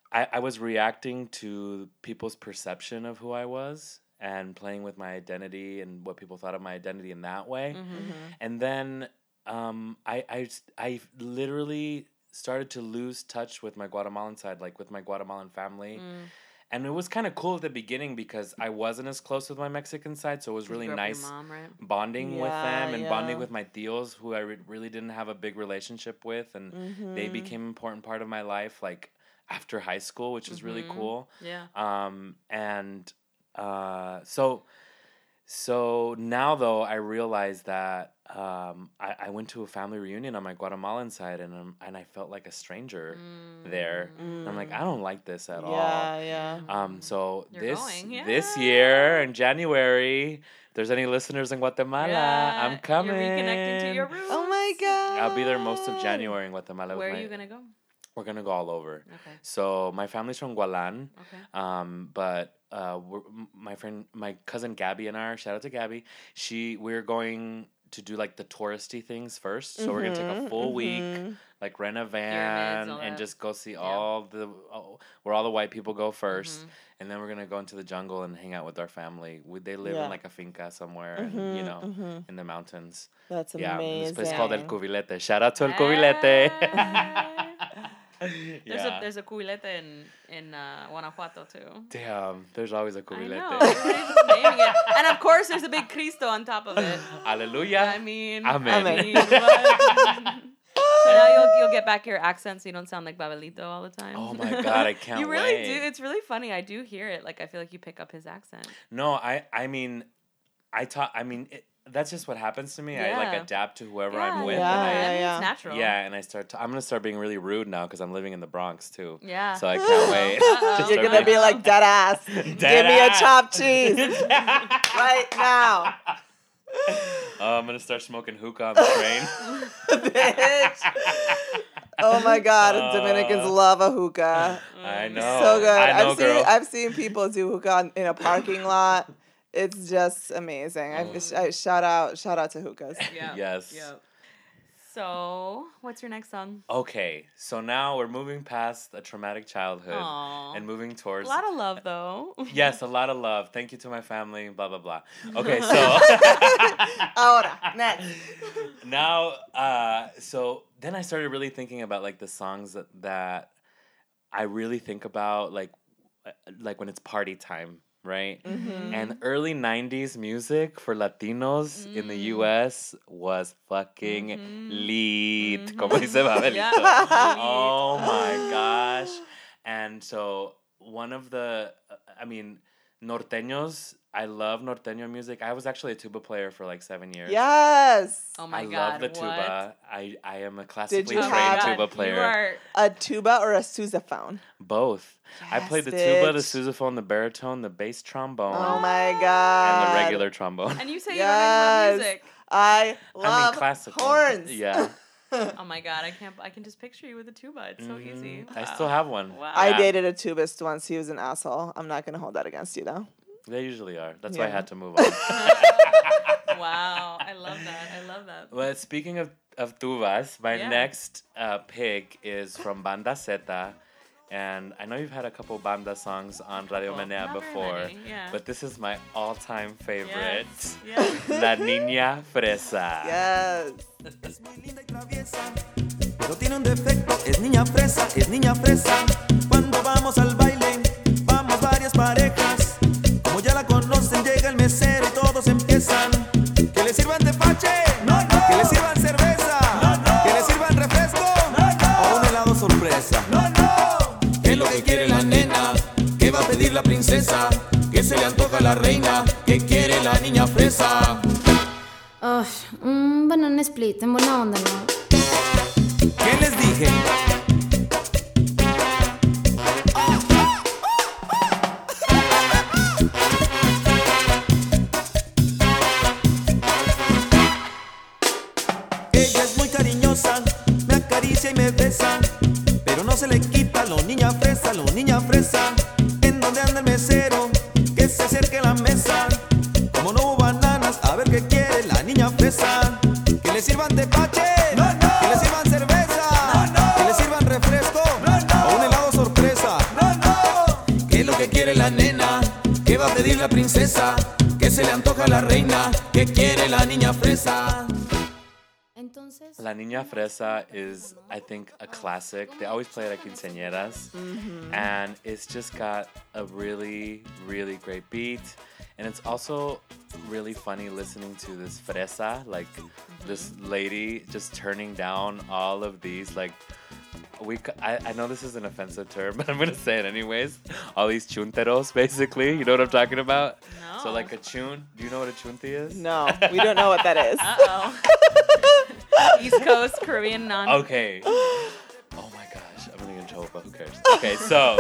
Speaker 4: I, I was reacting to people's perception of who I was and playing with my identity and what people thought of my identity in that way.
Speaker 2: Mm. Mm-hmm.
Speaker 4: And then um, I, I, s- I literally started to lose touch with my Guatemalan side, like with my Guatemalan family. And it was kind of cool at the beginning because I wasn't as close with my Mexican side, so it was really
Speaker 2: Mm-hmm. You grew up with
Speaker 4: nice
Speaker 2: your mom, right?
Speaker 4: bonding with
Speaker 3: Yeah,
Speaker 4: them and
Speaker 3: yeah.
Speaker 4: bonding with my tios who I re- really didn't have a big relationship with and
Speaker 3: Mm-hmm.
Speaker 2: Mm-hmm.
Speaker 4: they became an important part of my life like after high school which was really
Speaker 2: Mhm.
Speaker 4: cool
Speaker 2: Yeah.
Speaker 4: um and uh so so now though I realize that um I, I went to a family reunion on my Guatemalan side and um, and I felt like a stranger
Speaker 2: Mm-hmm.
Speaker 4: there and I'm like
Speaker 2: Mm.
Speaker 4: I don't like this at all
Speaker 3: Mm-hmm. Yeah, yeah.
Speaker 2: Mm-hmm.
Speaker 4: um, so
Speaker 2: You're
Speaker 4: this
Speaker 2: going,
Speaker 4: this
Speaker 2: yeah.
Speaker 4: year in January, if there's any listeners in Guatemala,
Speaker 2: Yeah,
Speaker 4: I'm coming.
Speaker 2: You're reconnecting to your roots.
Speaker 3: Oh my god.
Speaker 4: I'll be there most of January in Guatemala. with
Speaker 2: Where
Speaker 4: my-
Speaker 2: are you going to go?
Speaker 4: We're gonna go all over.
Speaker 2: Okay.
Speaker 4: So my family's from Gualan,
Speaker 2: Okay.
Speaker 4: um, but uh, we're, m- my friend, my cousin Gabby and I, shout out to Gabby. She, we're going to do like the touristy things first. So we're gonna take
Speaker 3: Mm-hmm.
Speaker 2: Mm-hmm,
Speaker 4: a full week, like rent a van,
Speaker 2: all
Speaker 4: and
Speaker 2: that.
Speaker 4: just go see all the oh, where all the white people go 1st
Speaker 2: Mm-hmm.
Speaker 4: and then we're gonna go into the jungle and hang out with our family. Would they live
Speaker 3: Yeah.
Speaker 4: in like a finca somewhere, and, you know, in the mountains?
Speaker 3: Mm-hmm. That's
Speaker 4: Yeah,
Speaker 3: amazing.
Speaker 4: this place called El Cubilete. Shout out to El Cubilete. [laughs]
Speaker 2: Hey. Ah. There's
Speaker 4: Yeah.
Speaker 2: a there's a cubilete in in uh, Guanajuato too.
Speaker 4: Damn, there's always a
Speaker 2: I
Speaker 4: cubilete.
Speaker 2: know. everybody's just naming it. And of course, there's a big Cristo on top of
Speaker 4: [laughs]
Speaker 2: it.
Speaker 4: Hallelujah.
Speaker 2: I mean,
Speaker 4: Amen.
Speaker 2: I
Speaker 3: Amen.
Speaker 2: mean,
Speaker 4: [laughs]
Speaker 2: what? so now you'll you'll get back your accent, so you don't sound like Babelito all the time.
Speaker 4: Oh my God, I
Speaker 2: [laughs]
Speaker 4: can't
Speaker 2: you really
Speaker 4: wait.
Speaker 2: do. It's really funny. I do hear it. Like I feel like you pick up his accent.
Speaker 4: No, I I mean, I taught. I mean, it, that's just what happens to me. I like
Speaker 2: Yeah.
Speaker 4: adapt to whoever
Speaker 2: yeah,
Speaker 4: I'm with.
Speaker 3: yeah,
Speaker 4: and I,
Speaker 2: I mean,
Speaker 3: yeah.
Speaker 2: it's natural.
Speaker 4: Yeah, and I start. i am I'm gonna start being really rude now because I'm living in the Bronx too. [laughs]
Speaker 2: Yeah.
Speaker 4: So
Speaker 2: [laughs]
Speaker 4: I can't wait. [laughs]
Speaker 2: Uh-oh.
Speaker 4: to
Speaker 3: You're
Speaker 4: start
Speaker 3: gonna be
Speaker 4: being-
Speaker 3: like dead ass.
Speaker 4: [laughs]
Speaker 3: Give me a
Speaker 4: ass.
Speaker 3: chopped cheese
Speaker 4: [laughs]
Speaker 3: right
Speaker 2: [laughs]
Speaker 3: now, [laughs]
Speaker 2: [laughs]
Speaker 4: oh, I'm gonna start smoking hookah on the train.
Speaker 3: bitch. Oh my God, Dominicans
Speaker 4: Uh,
Speaker 3: love a hookah.
Speaker 2: Mm.
Speaker 4: I know.
Speaker 3: so good.
Speaker 4: I know,
Speaker 3: have
Speaker 4: girl.
Speaker 3: seen I've seen people do hookah
Speaker 4: [laughs]
Speaker 3: in a parking lot. It's just amazing. I,
Speaker 4: Mm.
Speaker 3: I shout out shout out to hookahs.
Speaker 2: Yeah.
Speaker 4: [laughs] Yes.
Speaker 2: Yeah. So, what's your next song?
Speaker 4: okay, so now we're moving past a traumatic childhood
Speaker 2: Aw.
Speaker 4: and moving
Speaker 2: A
Speaker 4: towards
Speaker 2: lot of love, though.
Speaker 4: [laughs] yes, a lot of love. Thank you to my family. Blah blah blah.
Speaker 2: [laughs]
Speaker 4: Okay, so
Speaker 2: Uh.
Speaker 3: Ahora, next.
Speaker 4: [laughs] now uh so then i started really thinking about like the songs that, that i really think about like uh, like when it's party time right
Speaker 3: Mm-hmm.
Speaker 2: Mm-hmm.
Speaker 4: and early 90s music for latinos in
Speaker 2: Mm.
Speaker 4: the us was fucking lit como dice Babelito.
Speaker 2: Mm-hmm. [laughs] Yeah.
Speaker 4: oh my
Speaker 2: [gasps]
Speaker 4: gosh and so one of the uh, i mean norteños i love norteño music i was actually a tuba player for like seven years
Speaker 3: Yes.
Speaker 2: Oh my
Speaker 4: I love
Speaker 2: god.
Speaker 4: the
Speaker 2: what?
Speaker 4: tuba. I, I am a classically
Speaker 3: you
Speaker 2: Oh my
Speaker 4: trained
Speaker 2: God,
Speaker 3: have-
Speaker 4: tuba player.
Speaker 2: You are
Speaker 3: A tuba or a sousaphone.
Speaker 4: Both. I
Speaker 3: Yes,
Speaker 4: played the tuba, the
Speaker 3: bitch.
Speaker 4: sousaphone, the baritone, the bass trombone,
Speaker 3: Oh my
Speaker 4: and
Speaker 3: god.
Speaker 4: the regular trombone.
Speaker 2: And you say you don't even love
Speaker 3: Yes.
Speaker 2: music.
Speaker 3: I
Speaker 4: I
Speaker 3: love
Speaker 4: mean classical.
Speaker 3: horns.
Speaker 4: [laughs] Yeah.
Speaker 2: Oh my god, I can't. I can just picture you with a tuba. It's so easy.
Speaker 4: Mhm. I
Speaker 2: Wow.
Speaker 4: still have one.
Speaker 2: Wow.
Speaker 3: I
Speaker 4: Yeah.
Speaker 3: dated a tubist once. He was an asshole. I'm not gonna hold that against you though.
Speaker 4: They usually are. That's why I
Speaker 3: Yeah.
Speaker 4: had to move
Speaker 2: [laughs]
Speaker 4: on.
Speaker 2: wow, I love that. I love that.
Speaker 4: well, speaking of, of tubas, my
Speaker 2: Yeah.
Speaker 4: next uh, pick is from Banda Zeta. And I know you've had a couple Banda songs on Radio
Speaker 2: Well,
Speaker 4: Manea
Speaker 2: not very
Speaker 4: before,
Speaker 2: many, yeah.
Speaker 4: but this is my all time favorite
Speaker 2: Yes. yes.
Speaker 4: La Niña [laughs] Fresa.
Speaker 3: Yes.
Speaker 6: Es muy linda y traviesa, pero tiene un defecto, es niña fresa, es niña fresa. Cuando vamos al baile, vamos varias parejas. Como ya la conocen, llega el mesero y todos empiezan. Que le sirvan tepache, no, no. que le sirvan cerveza, no, no. que le sirvan refresco, no, no. o un helado sorpresa. No, no. ¿Qué es lo que quiere la nena? ¿Qué va a pedir la princesa? ¿Qué se le antoja a la reina? ¿Qué quiere la niña fresa?
Speaker 7: Ay, un banana split, en buena onda, ¿no?
Speaker 6: ¿Qué les dije? Ella es muy cariñosa, me acaricia y me besa, pero no se le quita lo niña fresa, lo niña fresa. En donde anda el mesero, que se acerque a la mesa. Como no hubo bananas, a ver qué quiere la niña fresa. Que le sirvan tepache, que le sirvan cerveza, que le sirvan refresco, o un helado sorpresa. ¿Qué es lo que quiere la nena? ¿Qué va a pedir la princesa? ¿Qué se le antoja a la reina? ¿Qué quiere la niña fresa?
Speaker 7: Entonces.
Speaker 4: La Niña Fresa is, I think, a classic. They always play it at quinceañeras, and it's just got a really, really great beat. And it's also really funny listening to this fresa, like this lady just turning down all of these, like we. c- I, I know this is an offensive term, [laughs] but I'm gonna say it anyways. All these chunteros, basically. You know what I'm talking about? So
Speaker 2: No.
Speaker 4: like a chun. Do you know what a chunti is?
Speaker 3: No, we don't know what that
Speaker 4: [laughs]
Speaker 3: is. [laughs]
Speaker 2: Uh oh. East Coast Korean non.
Speaker 3: [gasps]
Speaker 4: Okay. Oh my gosh, I'm gonna get in trouble, but who cares?
Speaker 3: [laughs]
Speaker 4: Okay, so all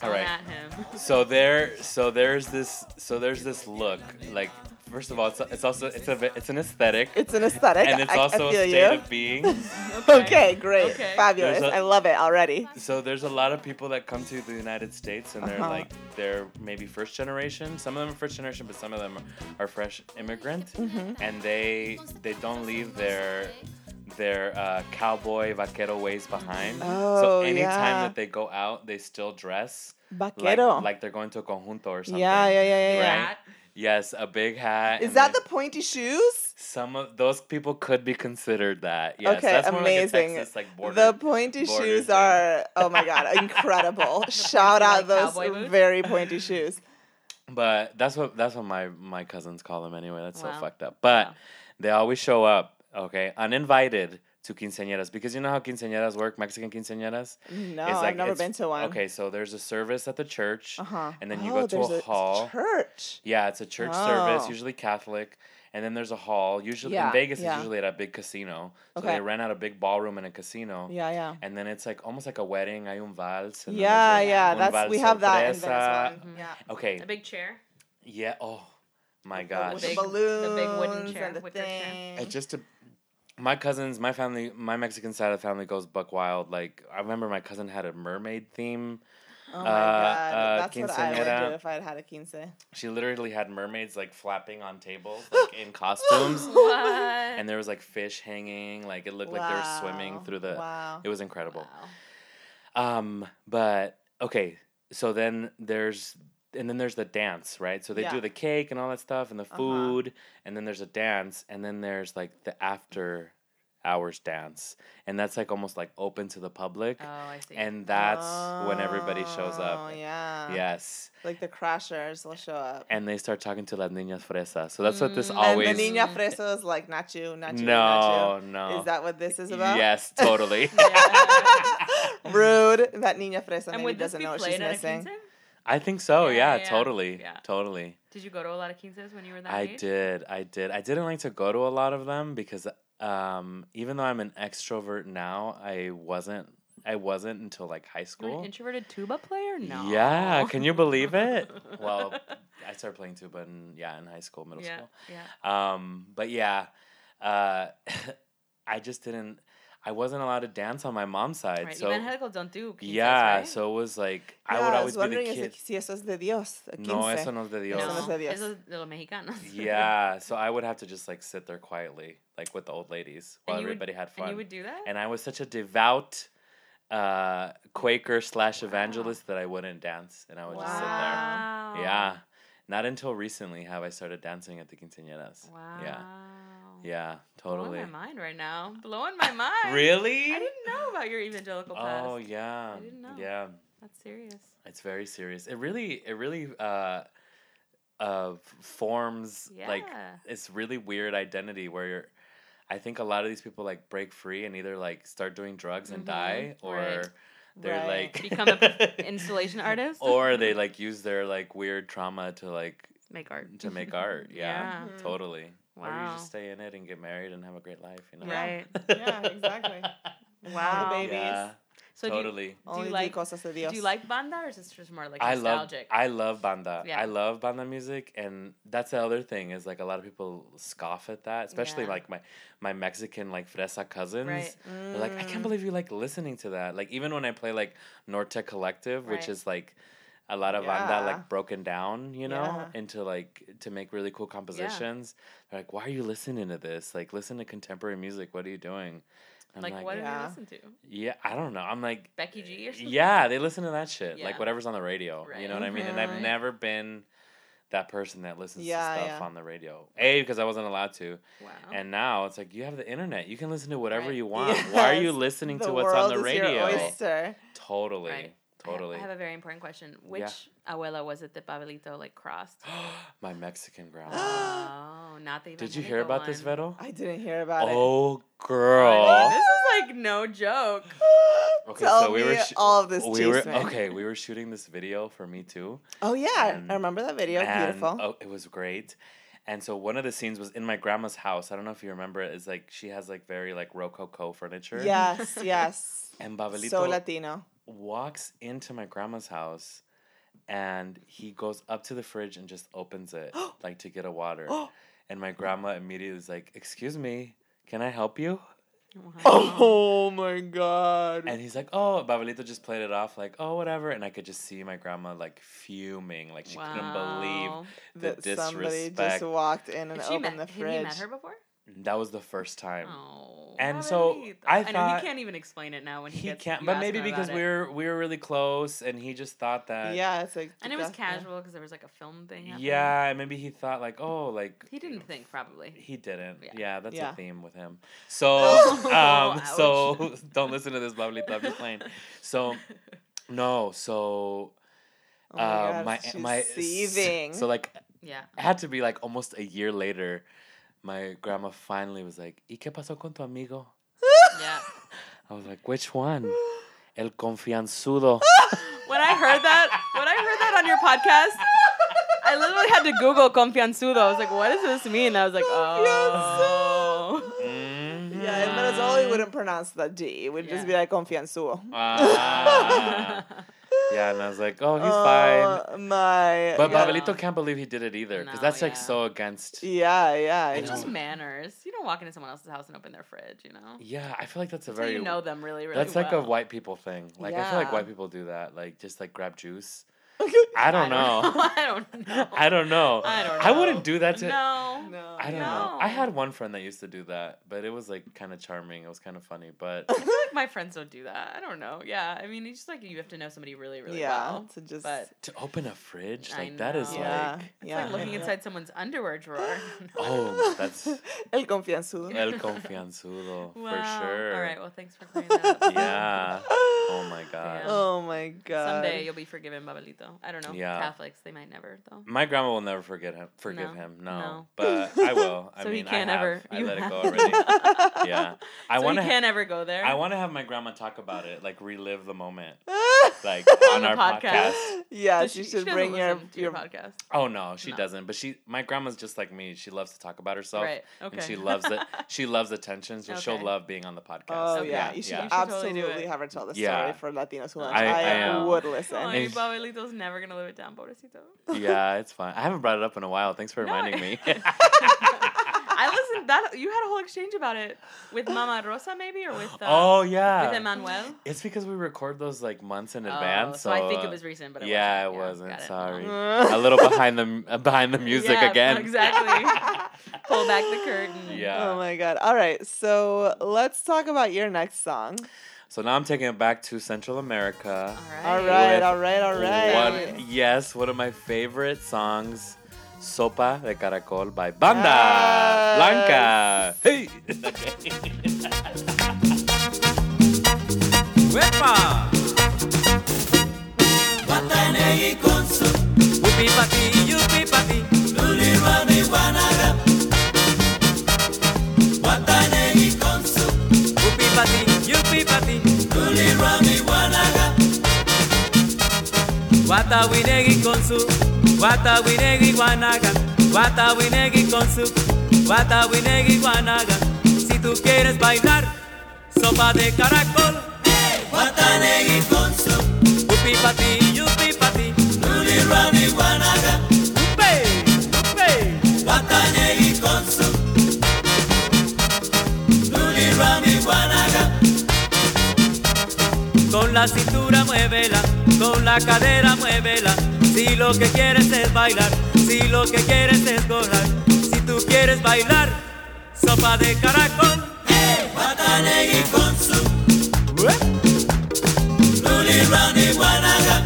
Speaker 2: Don't
Speaker 4: right.
Speaker 2: at him.
Speaker 4: So there, so there's this, so there's this look. Like, first of all, it's, it's also it's a bit- it's an aesthetic,
Speaker 3: It's an aesthetic.
Speaker 4: and it's
Speaker 3: I,
Speaker 4: also
Speaker 3: I
Speaker 4: a
Speaker 3: feel
Speaker 4: state
Speaker 3: you.
Speaker 4: of being.
Speaker 3: [laughs] Okay, great.
Speaker 2: Okay.
Speaker 3: Fabulous.
Speaker 4: There's
Speaker 3: I
Speaker 4: a-
Speaker 3: love it already.
Speaker 4: So there's a lot of people that come to the United States and they're
Speaker 3: Uh-huh.
Speaker 4: like they're maybe first generation. Some of them are first generation, but some of them are fresh immigrant,
Speaker 3: Mm-hmm.
Speaker 4: and they they don't leave their their uh, cowboy vaquero ways behind. so
Speaker 3: Oh,
Speaker 4: anytime
Speaker 3: yeah.
Speaker 4: that they go out, they still dress like,
Speaker 3: Vaquero.
Speaker 4: like they're going to a conjunto or something.
Speaker 3: yeah, yeah, yeah, yeah. yeah.
Speaker 4: Right? Yes, a big hat.
Speaker 3: Is
Speaker 4: and
Speaker 3: that
Speaker 4: then
Speaker 3: the pointy shoes?
Speaker 4: some of those people could be considered that? Yes,
Speaker 3: okay,
Speaker 4: that's more
Speaker 3: amazing.
Speaker 4: Like a Texas, like border.
Speaker 3: the pointy
Speaker 4: border
Speaker 3: shoes
Speaker 4: thing.
Speaker 3: are oh my
Speaker 4: [laughs]
Speaker 3: god, incredible. Shout
Speaker 2: pointy,
Speaker 3: out
Speaker 2: like,
Speaker 3: those
Speaker 2: cowboy boots?
Speaker 3: very pointy
Speaker 4: [laughs]
Speaker 3: shoes.
Speaker 4: But that's what that's what my my cousins call them anyway. That's
Speaker 2: Wow.
Speaker 4: so fucked up. But
Speaker 2: Wow.
Speaker 4: they always show up, okay, uninvited to quinceañeras because you know how quinceañeras work, Mexican quinceañeras.
Speaker 3: No, I've never been to one.
Speaker 4: Okay, so there's a service at the church,
Speaker 3: Uh-huh.
Speaker 4: and then you
Speaker 3: Oh,
Speaker 4: go to
Speaker 3: there's
Speaker 4: a, hall.
Speaker 3: Church.
Speaker 4: Yeah, it's a church service,
Speaker 3: Oh.
Speaker 4: usually Catholic. And then there's a hall. Usually
Speaker 3: Yeah,
Speaker 4: in Vegas,
Speaker 3: yeah.
Speaker 4: it's usually at a big casino. So
Speaker 3: Okay.
Speaker 4: they rent out a big ballroom in a casino.
Speaker 3: Yeah, yeah.
Speaker 4: And then it's like almost like a wedding. Hay un vals. and then
Speaker 3: Yeah,
Speaker 4: there's a-
Speaker 3: yeah.
Speaker 4: un
Speaker 3: That's
Speaker 4: vals
Speaker 3: we have that in
Speaker 4: sorpresa.
Speaker 3: Venezuela.
Speaker 2: Mm-hmm.
Speaker 3: Yeah.
Speaker 4: Okay.
Speaker 2: A big
Speaker 4: [laughs]
Speaker 2: chair.
Speaker 4: Yeah. Oh my
Speaker 3: With
Speaker 4: gosh.
Speaker 2: big-
Speaker 3: the
Speaker 2: the big
Speaker 3: balloons
Speaker 2: wooden chair,
Speaker 3: and the
Speaker 2: wicker chair.
Speaker 3: thing.
Speaker 4: And just to my cousins, my family, my Mexican side of the family goes buck wild. Like I remember my cousin had a mermaid theme.
Speaker 3: Oh my
Speaker 4: uh,
Speaker 3: god,
Speaker 4: uh,
Speaker 3: that's what I would
Speaker 4: quinceañera.
Speaker 3: do if I had had a quince.
Speaker 4: She literally had mermaids like flapping on tables, like in
Speaker 3: [gasps]
Speaker 4: costumes,
Speaker 2: What?
Speaker 4: and there was like fish hanging. Like it looked like they were swimming
Speaker 3: Wow.
Speaker 4: through the.
Speaker 3: Wow.
Speaker 4: It was incredible.
Speaker 2: Wow.
Speaker 4: Um, but okay, so then there's and then there's the dance, right? So they
Speaker 3: Yeah.
Speaker 4: do the cake and all that stuff and the
Speaker 3: Uh-huh.
Speaker 4: food, and then there's a dance, and then there's like the after hours dance, and that's like almost like open to the public,
Speaker 2: Oh, I see. [laughs]
Speaker 4: and that's when everybody shows up.
Speaker 3: Oh yeah.
Speaker 4: Yes,
Speaker 3: Like the crashers will show up.
Speaker 4: and they start talking to las niñas fresas. So that's what this
Speaker 2: Mm.
Speaker 4: always.
Speaker 3: And the niña fresa is like not you, not you, not
Speaker 4: no,
Speaker 3: you.
Speaker 4: no.
Speaker 3: Is that what this is about?
Speaker 4: Yes,
Speaker 3: [laughs]
Speaker 4: totally.
Speaker 2: [laughs]
Speaker 3: Rude. That niña fresa
Speaker 2: and
Speaker 3: maybe
Speaker 2: would this
Speaker 3: doesn't
Speaker 2: be
Speaker 3: know what she's
Speaker 2: played at a quince?
Speaker 3: missing.
Speaker 4: I think so.
Speaker 2: Yeah,
Speaker 4: Yeah,
Speaker 2: yeah, yeah.
Speaker 4: totally,
Speaker 2: Yeah.
Speaker 4: totally.
Speaker 2: Did you go to a lot of quinces when you were that
Speaker 4: I
Speaker 2: age?
Speaker 4: did. I did. I didn't like to go to a lot of them because um, even though I'm an extrovert now, I wasn't. I wasn't until like high
Speaker 2: You were
Speaker 4: school.
Speaker 2: an introverted tuba player? No. [laughs]
Speaker 4: Yeah, can you believe it? well, I started playing tuba in yeah in high school, middle
Speaker 2: yeah,
Speaker 4: school.
Speaker 2: yeah.
Speaker 4: Um, but yeah, uh, [laughs] I just didn't. I wasn't allowed to dance on my mom's side,
Speaker 2: Right.
Speaker 4: so
Speaker 2: Evangelicals don't do quinces,
Speaker 4: yeah.
Speaker 2: right?
Speaker 4: So it was like
Speaker 3: Yeah,
Speaker 4: I would
Speaker 3: was
Speaker 4: always be
Speaker 3: wondering
Speaker 4: the
Speaker 3: if
Speaker 4: kid.
Speaker 3: it- si eso es de Dios. a
Speaker 4: No,
Speaker 3: quince.
Speaker 4: eso no es de
Speaker 2: no,
Speaker 4: Dios.
Speaker 3: Eso no es de Dios.
Speaker 2: esos de los mexicanos. [laughs]
Speaker 4: Yeah, so I would have to just like sit there quietly, like with the old ladies, while
Speaker 2: you would-
Speaker 4: everybody had fun.
Speaker 2: And you would do that?
Speaker 4: And I was such a devout uh, Quaker slash evangelist that I wouldn't dance, and I would just sit there.
Speaker 2: wow.
Speaker 4: Yeah, not until recently have I started dancing at the quinceañeras.
Speaker 2: Wow.
Speaker 4: Yeah, yeah, totally.
Speaker 2: Blowing my mind right now. Blowing my mind.
Speaker 4: Really?
Speaker 2: I didn't know about your evangelical past.
Speaker 4: Oh yeah,
Speaker 2: I didn't know.
Speaker 4: yeah.
Speaker 2: That's serious.
Speaker 4: It's very serious. It really, it really uh, uh, forms
Speaker 2: [laughs]
Speaker 4: like
Speaker 2: Yeah.
Speaker 4: it's really weird identity where you're. I think a lot of these people like break free and either like start doing drugs and
Speaker 2: Mhm,
Speaker 4: die, or
Speaker 2: right.
Speaker 4: they're
Speaker 3: Right.
Speaker 2: [laughs]
Speaker 4: like
Speaker 2: Become
Speaker 4: [laughs]
Speaker 2: a installation artist.
Speaker 4: or they like use their like weird trauma to like
Speaker 2: [laughs] make art. [laughs]
Speaker 4: to make art. Yeah,
Speaker 2: Yeah.
Speaker 4: totally. Or you
Speaker 2: Wow.
Speaker 4: just stay in it and get married and have a great life. You know. [laughs]
Speaker 2: Right.
Speaker 3: Yeah, exactly.
Speaker 2: Wow.
Speaker 3: All the babies.
Speaker 4: Yeah,
Speaker 2: So do you-
Speaker 4: totally.
Speaker 2: Do you,
Speaker 3: Only
Speaker 2: like
Speaker 3: cosas de Dios.
Speaker 2: do you like banda or is this just more like
Speaker 4: I love
Speaker 2: nostalgic?
Speaker 4: I love banda.
Speaker 2: Yeah.
Speaker 4: I love banda music, and that's the other thing is like a lot of people scoff at that, especially
Speaker 2: Yeah.
Speaker 4: like my my Mexican like fresa cousins.
Speaker 2: Right. Mm.
Speaker 4: They're like, I
Speaker 3: Mm.
Speaker 4: can't believe you like listening to that. Like even when I play like Norte Collective,
Speaker 2: Right.
Speaker 4: which is like a lot of banda
Speaker 3: Yeah.
Speaker 4: like broken down, you know,
Speaker 3: Yeah.
Speaker 4: into like to make really cool compositions. They're like, why are you listening to this? Like listen to contemporary music. What are you doing? I'm
Speaker 2: like, what do
Speaker 3: Yeah.
Speaker 2: you listen to?
Speaker 4: yeah, I don't know. I'm like,
Speaker 2: Becky G or something?
Speaker 4: yeah, they listen to that shit,
Speaker 2: Yeah.
Speaker 4: like whatever's on the radio. You know what I mean? And
Speaker 3: Right.
Speaker 4: I've
Speaker 2: Mhm.
Speaker 4: never been that person that listens
Speaker 3: Yeah,
Speaker 4: to stuff
Speaker 3: yeah.
Speaker 4: on the radio. A because I wasn't allowed to,
Speaker 2: Wow.
Speaker 4: and now it's like you have the internet. You can listen to whatever
Speaker 2: Oh. Right.
Speaker 4: you
Speaker 2: [laughs]
Speaker 3: [laughs]
Speaker 4: want. Why are you
Speaker 3: Yes.
Speaker 4: listening
Speaker 3: The
Speaker 4: to what's on
Speaker 3: world
Speaker 4: the
Speaker 3: is your
Speaker 4: radio?
Speaker 3: oyster.
Speaker 4: Totally,
Speaker 2: Right. I ha-
Speaker 4: totally.
Speaker 2: I have, a very important question. Which
Speaker 4: Yeah.
Speaker 2: abuela was it that Pablito like crossed?
Speaker 4: [gasps] My Mexican
Speaker 3: [gasps]
Speaker 4: grandma.
Speaker 2: oh, not the.
Speaker 4: Did you hear about this,
Speaker 2: evangelical
Speaker 4: Vero?
Speaker 3: I didn't hear about [laughs] it.
Speaker 4: Oh,
Speaker 2: one. I mean,
Speaker 4: girl.
Speaker 2: this is like no joke.
Speaker 4: Okay,
Speaker 3: Tell
Speaker 4: so we were
Speaker 3: me
Speaker 4: sh-
Speaker 3: all of this
Speaker 4: we were
Speaker 3: chisme.
Speaker 4: okay. We were shooting this video for me too.
Speaker 3: Oh yeah,
Speaker 4: And-
Speaker 3: I remember that video.
Speaker 4: And,
Speaker 3: Beautiful.
Speaker 4: Oh, it was great. And so one of the scenes was in my grandma's house. I don't know if you remember it. It's like she has like very like rococo furniture.
Speaker 3: Yes,
Speaker 4: [laughs]
Speaker 3: yes.
Speaker 4: And Babelito
Speaker 3: so Latino.
Speaker 4: walks into my grandma's house and he goes up to the fridge and just
Speaker 3: [gasps]
Speaker 4: opens it like to get a water.
Speaker 3: Oh.
Speaker 4: and my grandma immediately is like, "Excuse me, can I help you?"
Speaker 3: Oh my god.
Speaker 4: And he's like, "Oh, Babelito just played it off like, "Oh, whatever." And I could just see my grandma like fuming, like she couldn't believe
Speaker 2: Wow.
Speaker 4: the
Speaker 3: that somebody
Speaker 4: disrespect.
Speaker 3: just walked in and
Speaker 2: Had she
Speaker 3: opened
Speaker 2: met,
Speaker 3: the
Speaker 2: Had he
Speaker 3: fridge.
Speaker 2: met her before?
Speaker 4: that was the first time.
Speaker 2: Oh.
Speaker 4: And so,
Speaker 2: Pablito.
Speaker 4: I
Speaker 2: know
Speaker 4: thought-
Speaker 2: he can't even explain it now when he,
Speaker 4: he
Speaker 2: gets.
Speaker 4: can't
Speaker 2: you
Speaker 4: but
Speaker 2: ask
Speaker 4: maybe
Speaker 2: him about
Speaker 4: because
Speaker 2: it.
Speaker 4: we were we were really close and he just thought that
Speaker 3: yeah, it's like
Speaker 2: And it was
Speaker 3: just-
Speaker 2: casual because there was like a film thing. Happening.
Speaker 4: yeah and maybe he thought like oh like
Speaker 2: He didn't think
Speaker 4: [laughs]
Speaker 2: probably.
Speaker 4: he didn't yeah,
Speaker 2: Yeah. Oh,
Speaker 4: that's
Speaker 3: Yeah.
Speaker 4: a theme with him so
Speaker 2: [laughs]
Speaker 4: um so [laughs] don't listen to this Pablito I'm just playing
Speaker 2: [laughs]
Speaker 4: so no so
Speaker 3: Oh my
Speaker 4: uh
Speaker 3: God,
Speaker 4: my
Speaker 3: she's
Speaker 4: my
Speaker 3: seething.
Speaker 4: so like
Speaker 2: Yeah.
Speaker 4: it had to be like almost a year later my grandma finally was like ¿y qué pasó con tu amigo?
Speaker 2: Yeah.
Speaker 4: I was like which
Speaker 2: [gasps]
Speaker 4: one? El
Speaker 2: [laughs]
Speaker 4: confianzudo
Speaker 2: When I heard that, when I heard that on your podcast, I literally had to Google confianzudo. I was like, what does this mean? I was like, oh.
Speaker 4: Mhm.
Speaker 3: Yeah, in Venezuela we wouldn't pronounce the D. We'd
Speaker 2: Yeah.
Speaker 3: just be like confianzudo.
Speaker 4: Ah. Yeah, and I was like, oh, he's fine.
Speaker 3: Oh, my.
Speaker 4: But
Speaker 3: yeah. E
Speaker 4: Babelito can't believe he did it either because
Speaker 2: No,
Speaker 4: that's like
Speaker 2: yeah.
Speaker 4: so against.
Speaker 3: Yeah, yeah. I
Speaker 2: It's [laughs]
Speaker 3: know.
Speaker 4: [laughs]
Speaker 2: just manners. You don't walk into someone else's house and open their fridge, you know?
Speaker 4: Yeah, I feel like that's a
Speaker 2: Until
Speaker 4: very.
Speaker 2: you know them really, really
Speaker 4: that's like a
Speaker 2: well.
Speaker 4: white people thing. Like I feel like
Speaker 3: Yeah.
Speaker 4: white people do that. Like just like
Speaker 3: [laughs]
Speaker 4: grab juice. I don't know.
Speaker 2: [laughs]
Speaker 4: [laughs]
Speaker 2: I don't know.
Speaker 4: I don't know.
Speaker 2: I don't
Speaker 4: I wouldn't
Speaker 2: know.
Speaker 4: do that to.
Speaker 2: No.
Speaker 3: No.
Speaker 2: [laughs]
Speaker 4: I don't know. I
Speaker 2: No.
Speaker 4: had one friend that used to do that, but it was like kind of charming. It was kind of funny, but
Speaker 3: [laughs]
Speaker 2: I feel like my friends don't do that. I don't know. Yeah. I mean, it's just like you have to know somebody really, really
Speaker 3: yeah.
Speaker 2: well.
Speaker 3: To just.
Speaker 2: But
Speaker 4: to open a fridge
Speaker 2: I
Speaker 4: like that is
Speaker 2: know.
Speaker 3: yeah.
Speaker 4: like
Speaker 2: it's
Speaker 3: yeah.
Speaker 2: like looking inside someone's underwear
Speaker 3: [laughs]
Speaker 2: drawer. [laughs]
Speaker 4: oh that's
Speaker 3: El confianzudo.
Speaker 4: el confianzudo
Speaker 2: Wow.
Speaker 4: for sure.
Speaker 2: All right. Well, thanks for clearing that up. [laughs]
Speaker 4: [laughs] Yeah. Oh my god.
Speaker 2: Damn.
Speaker 3: Oh my god.
Speaker 2: Someday you'll be forgiven, Babelito. I don't know.
Speaker 4: Yeah. Mm,
Speaker 2: Catholics, they might never, though.
Speaker 4: My grandma will never forget him. Forgive
Speaker 2: No,
Speaker 4: him. No,
Speaker 2: no.
Speaker 4: but
Speaker 2: [laughs]
Speaker 4: I will. I
Speaker 2: So he
Speaker 4: mean,
Speaker 2: can't
Speaker 4: I have.
Speaker 2: ever-
Speaker 4: I
Speaker 2: you
Speaker 4: let it go
Speaker 2: have. [laughs]
Speaker 4: already. yeah, I
Speaker 2: so
Speaker 4: want
Speaker 2: you
Speaker 4: to.
Speaker 2: can't ever go there.
Speaker 4: I want to have my grandma talk about it, like relive the moment, like
Speaker 2: [laughs] On
Speaker 4: on
Speaker 2: the
Speaker 4: our podcast.
Speaker 2: podcast.
Speaker 3: [laughs] yeah,
Speaker 2: Does
Speaker 3: you
Speaker 2: she
Speaker 3: should
Speaker 2: doesn't
Speaker 3: bring your
Speaker 2: listen to
Speaker 3: your.
Speaker 2: podcast.
Speaker 4: Oh no, she
Speaker 2: No.
Speaker 4: doesn't. But she, my grandma's just like me. She loves to talk about herself,
Speaker 2: Right,
Speaker 4: and
Speaker 2: okay.
Speaker 4: she
Speaker 2: [laughs]
Speaker 4: loves it. She loves attention, so she'll
Speaker 2: Okay.
Speaker 4: love being on the podcast.
Speaker 3: Oh
Speaker 2: Okay.
Speaker 3: yeah, you should
Speaker 4: yeah.
Speaker 2: totally do
Speaker 3: absolutely
Speaker 2: it.
Speaker 3: have her tell the story
Speaker 4: Yeah.
Speaker 3: for Latinos who
Speaker 4: I-
Speaker 3: [laughs]
Speaker 4: I
Speaker 3: I,
Speaker 4: am.
Speaker 3: would
Speaker 2: Oh,
Speaker 3: listen.
Speaker 4: Maybe-
Speaker 2: your Babelito's never going to live it down, pobrecito.
Speaker 4: Yeah, it's fun. I haven't brought it up in a while. Thanks for
Speaker 2: No,
Speaker 4: reminding
Speaker 2: I- [laughs]
Speaker 4: me.
Speaker 2: I listened. That you had a whole exchange about it with Mama Rosa, maybe, or with uh,
Speaker 4: [laughs] oh yeah,
Speaker 2: with Emmanuel.
Speaker 4: it's because we record those like months in
Speaker 2: Oh,
Speaker 4: advance.
Speaker 2: so I think
Speaker 4: uh,
Speaker 2: it was recent, but it
Speaker 4: yeah, it
Speaker 2: wasn't.
Speaker 4: wasn't.
Speaker 2: got it.
Speaker 4: Sorry,
Speaker 2: Uh-huh.
Speaker 3: [laughs]
Speaker 4: a little behind the uh, behind the music
Speaker 2: Yeah,
Speaker 4: again. [laughs]
Speaker 2: Exactly. Pull back the curtain.
Speaker 4: Yeah.
Speaker 3: Oh my god. All right, so let's talk about your next song.
Speaker 4: so now I'm taking it back to Central America.
Speaker 2: All right.
Speaker 3: All right,
Speaker 4: With
Speaker 3: all right, all right.
Speaker 4: One, yes, one of my favorite songs, "Sopa de Caracol" by Banda Blanca.
Speaker 3: [laughs]
Speaker 4: Hey.
Speaker 6: ¡Uepa! Guataneí con su Upi papi, yupi papi Luli mami guanaga Guataneí con su Upi papi, yupi papi Luli mami guanaga Guatawinegui con su Guatawinegui guanaga Guatawinegui con su Guatawinegui guanaga Si tú quieres bailar Sopa de caracol Guatanegui con su Upi pati, yupi pati Luli rami guanaga Upe, upe Guatanegui con su Luli rami guanaga Con la cintura muévela Con la cadera muévela Si lo que quieres es bailar Si lo que quieres es gozar Si tú quieres bailar Sopa de caracol Guatanegui con su Luli Rami Guanaga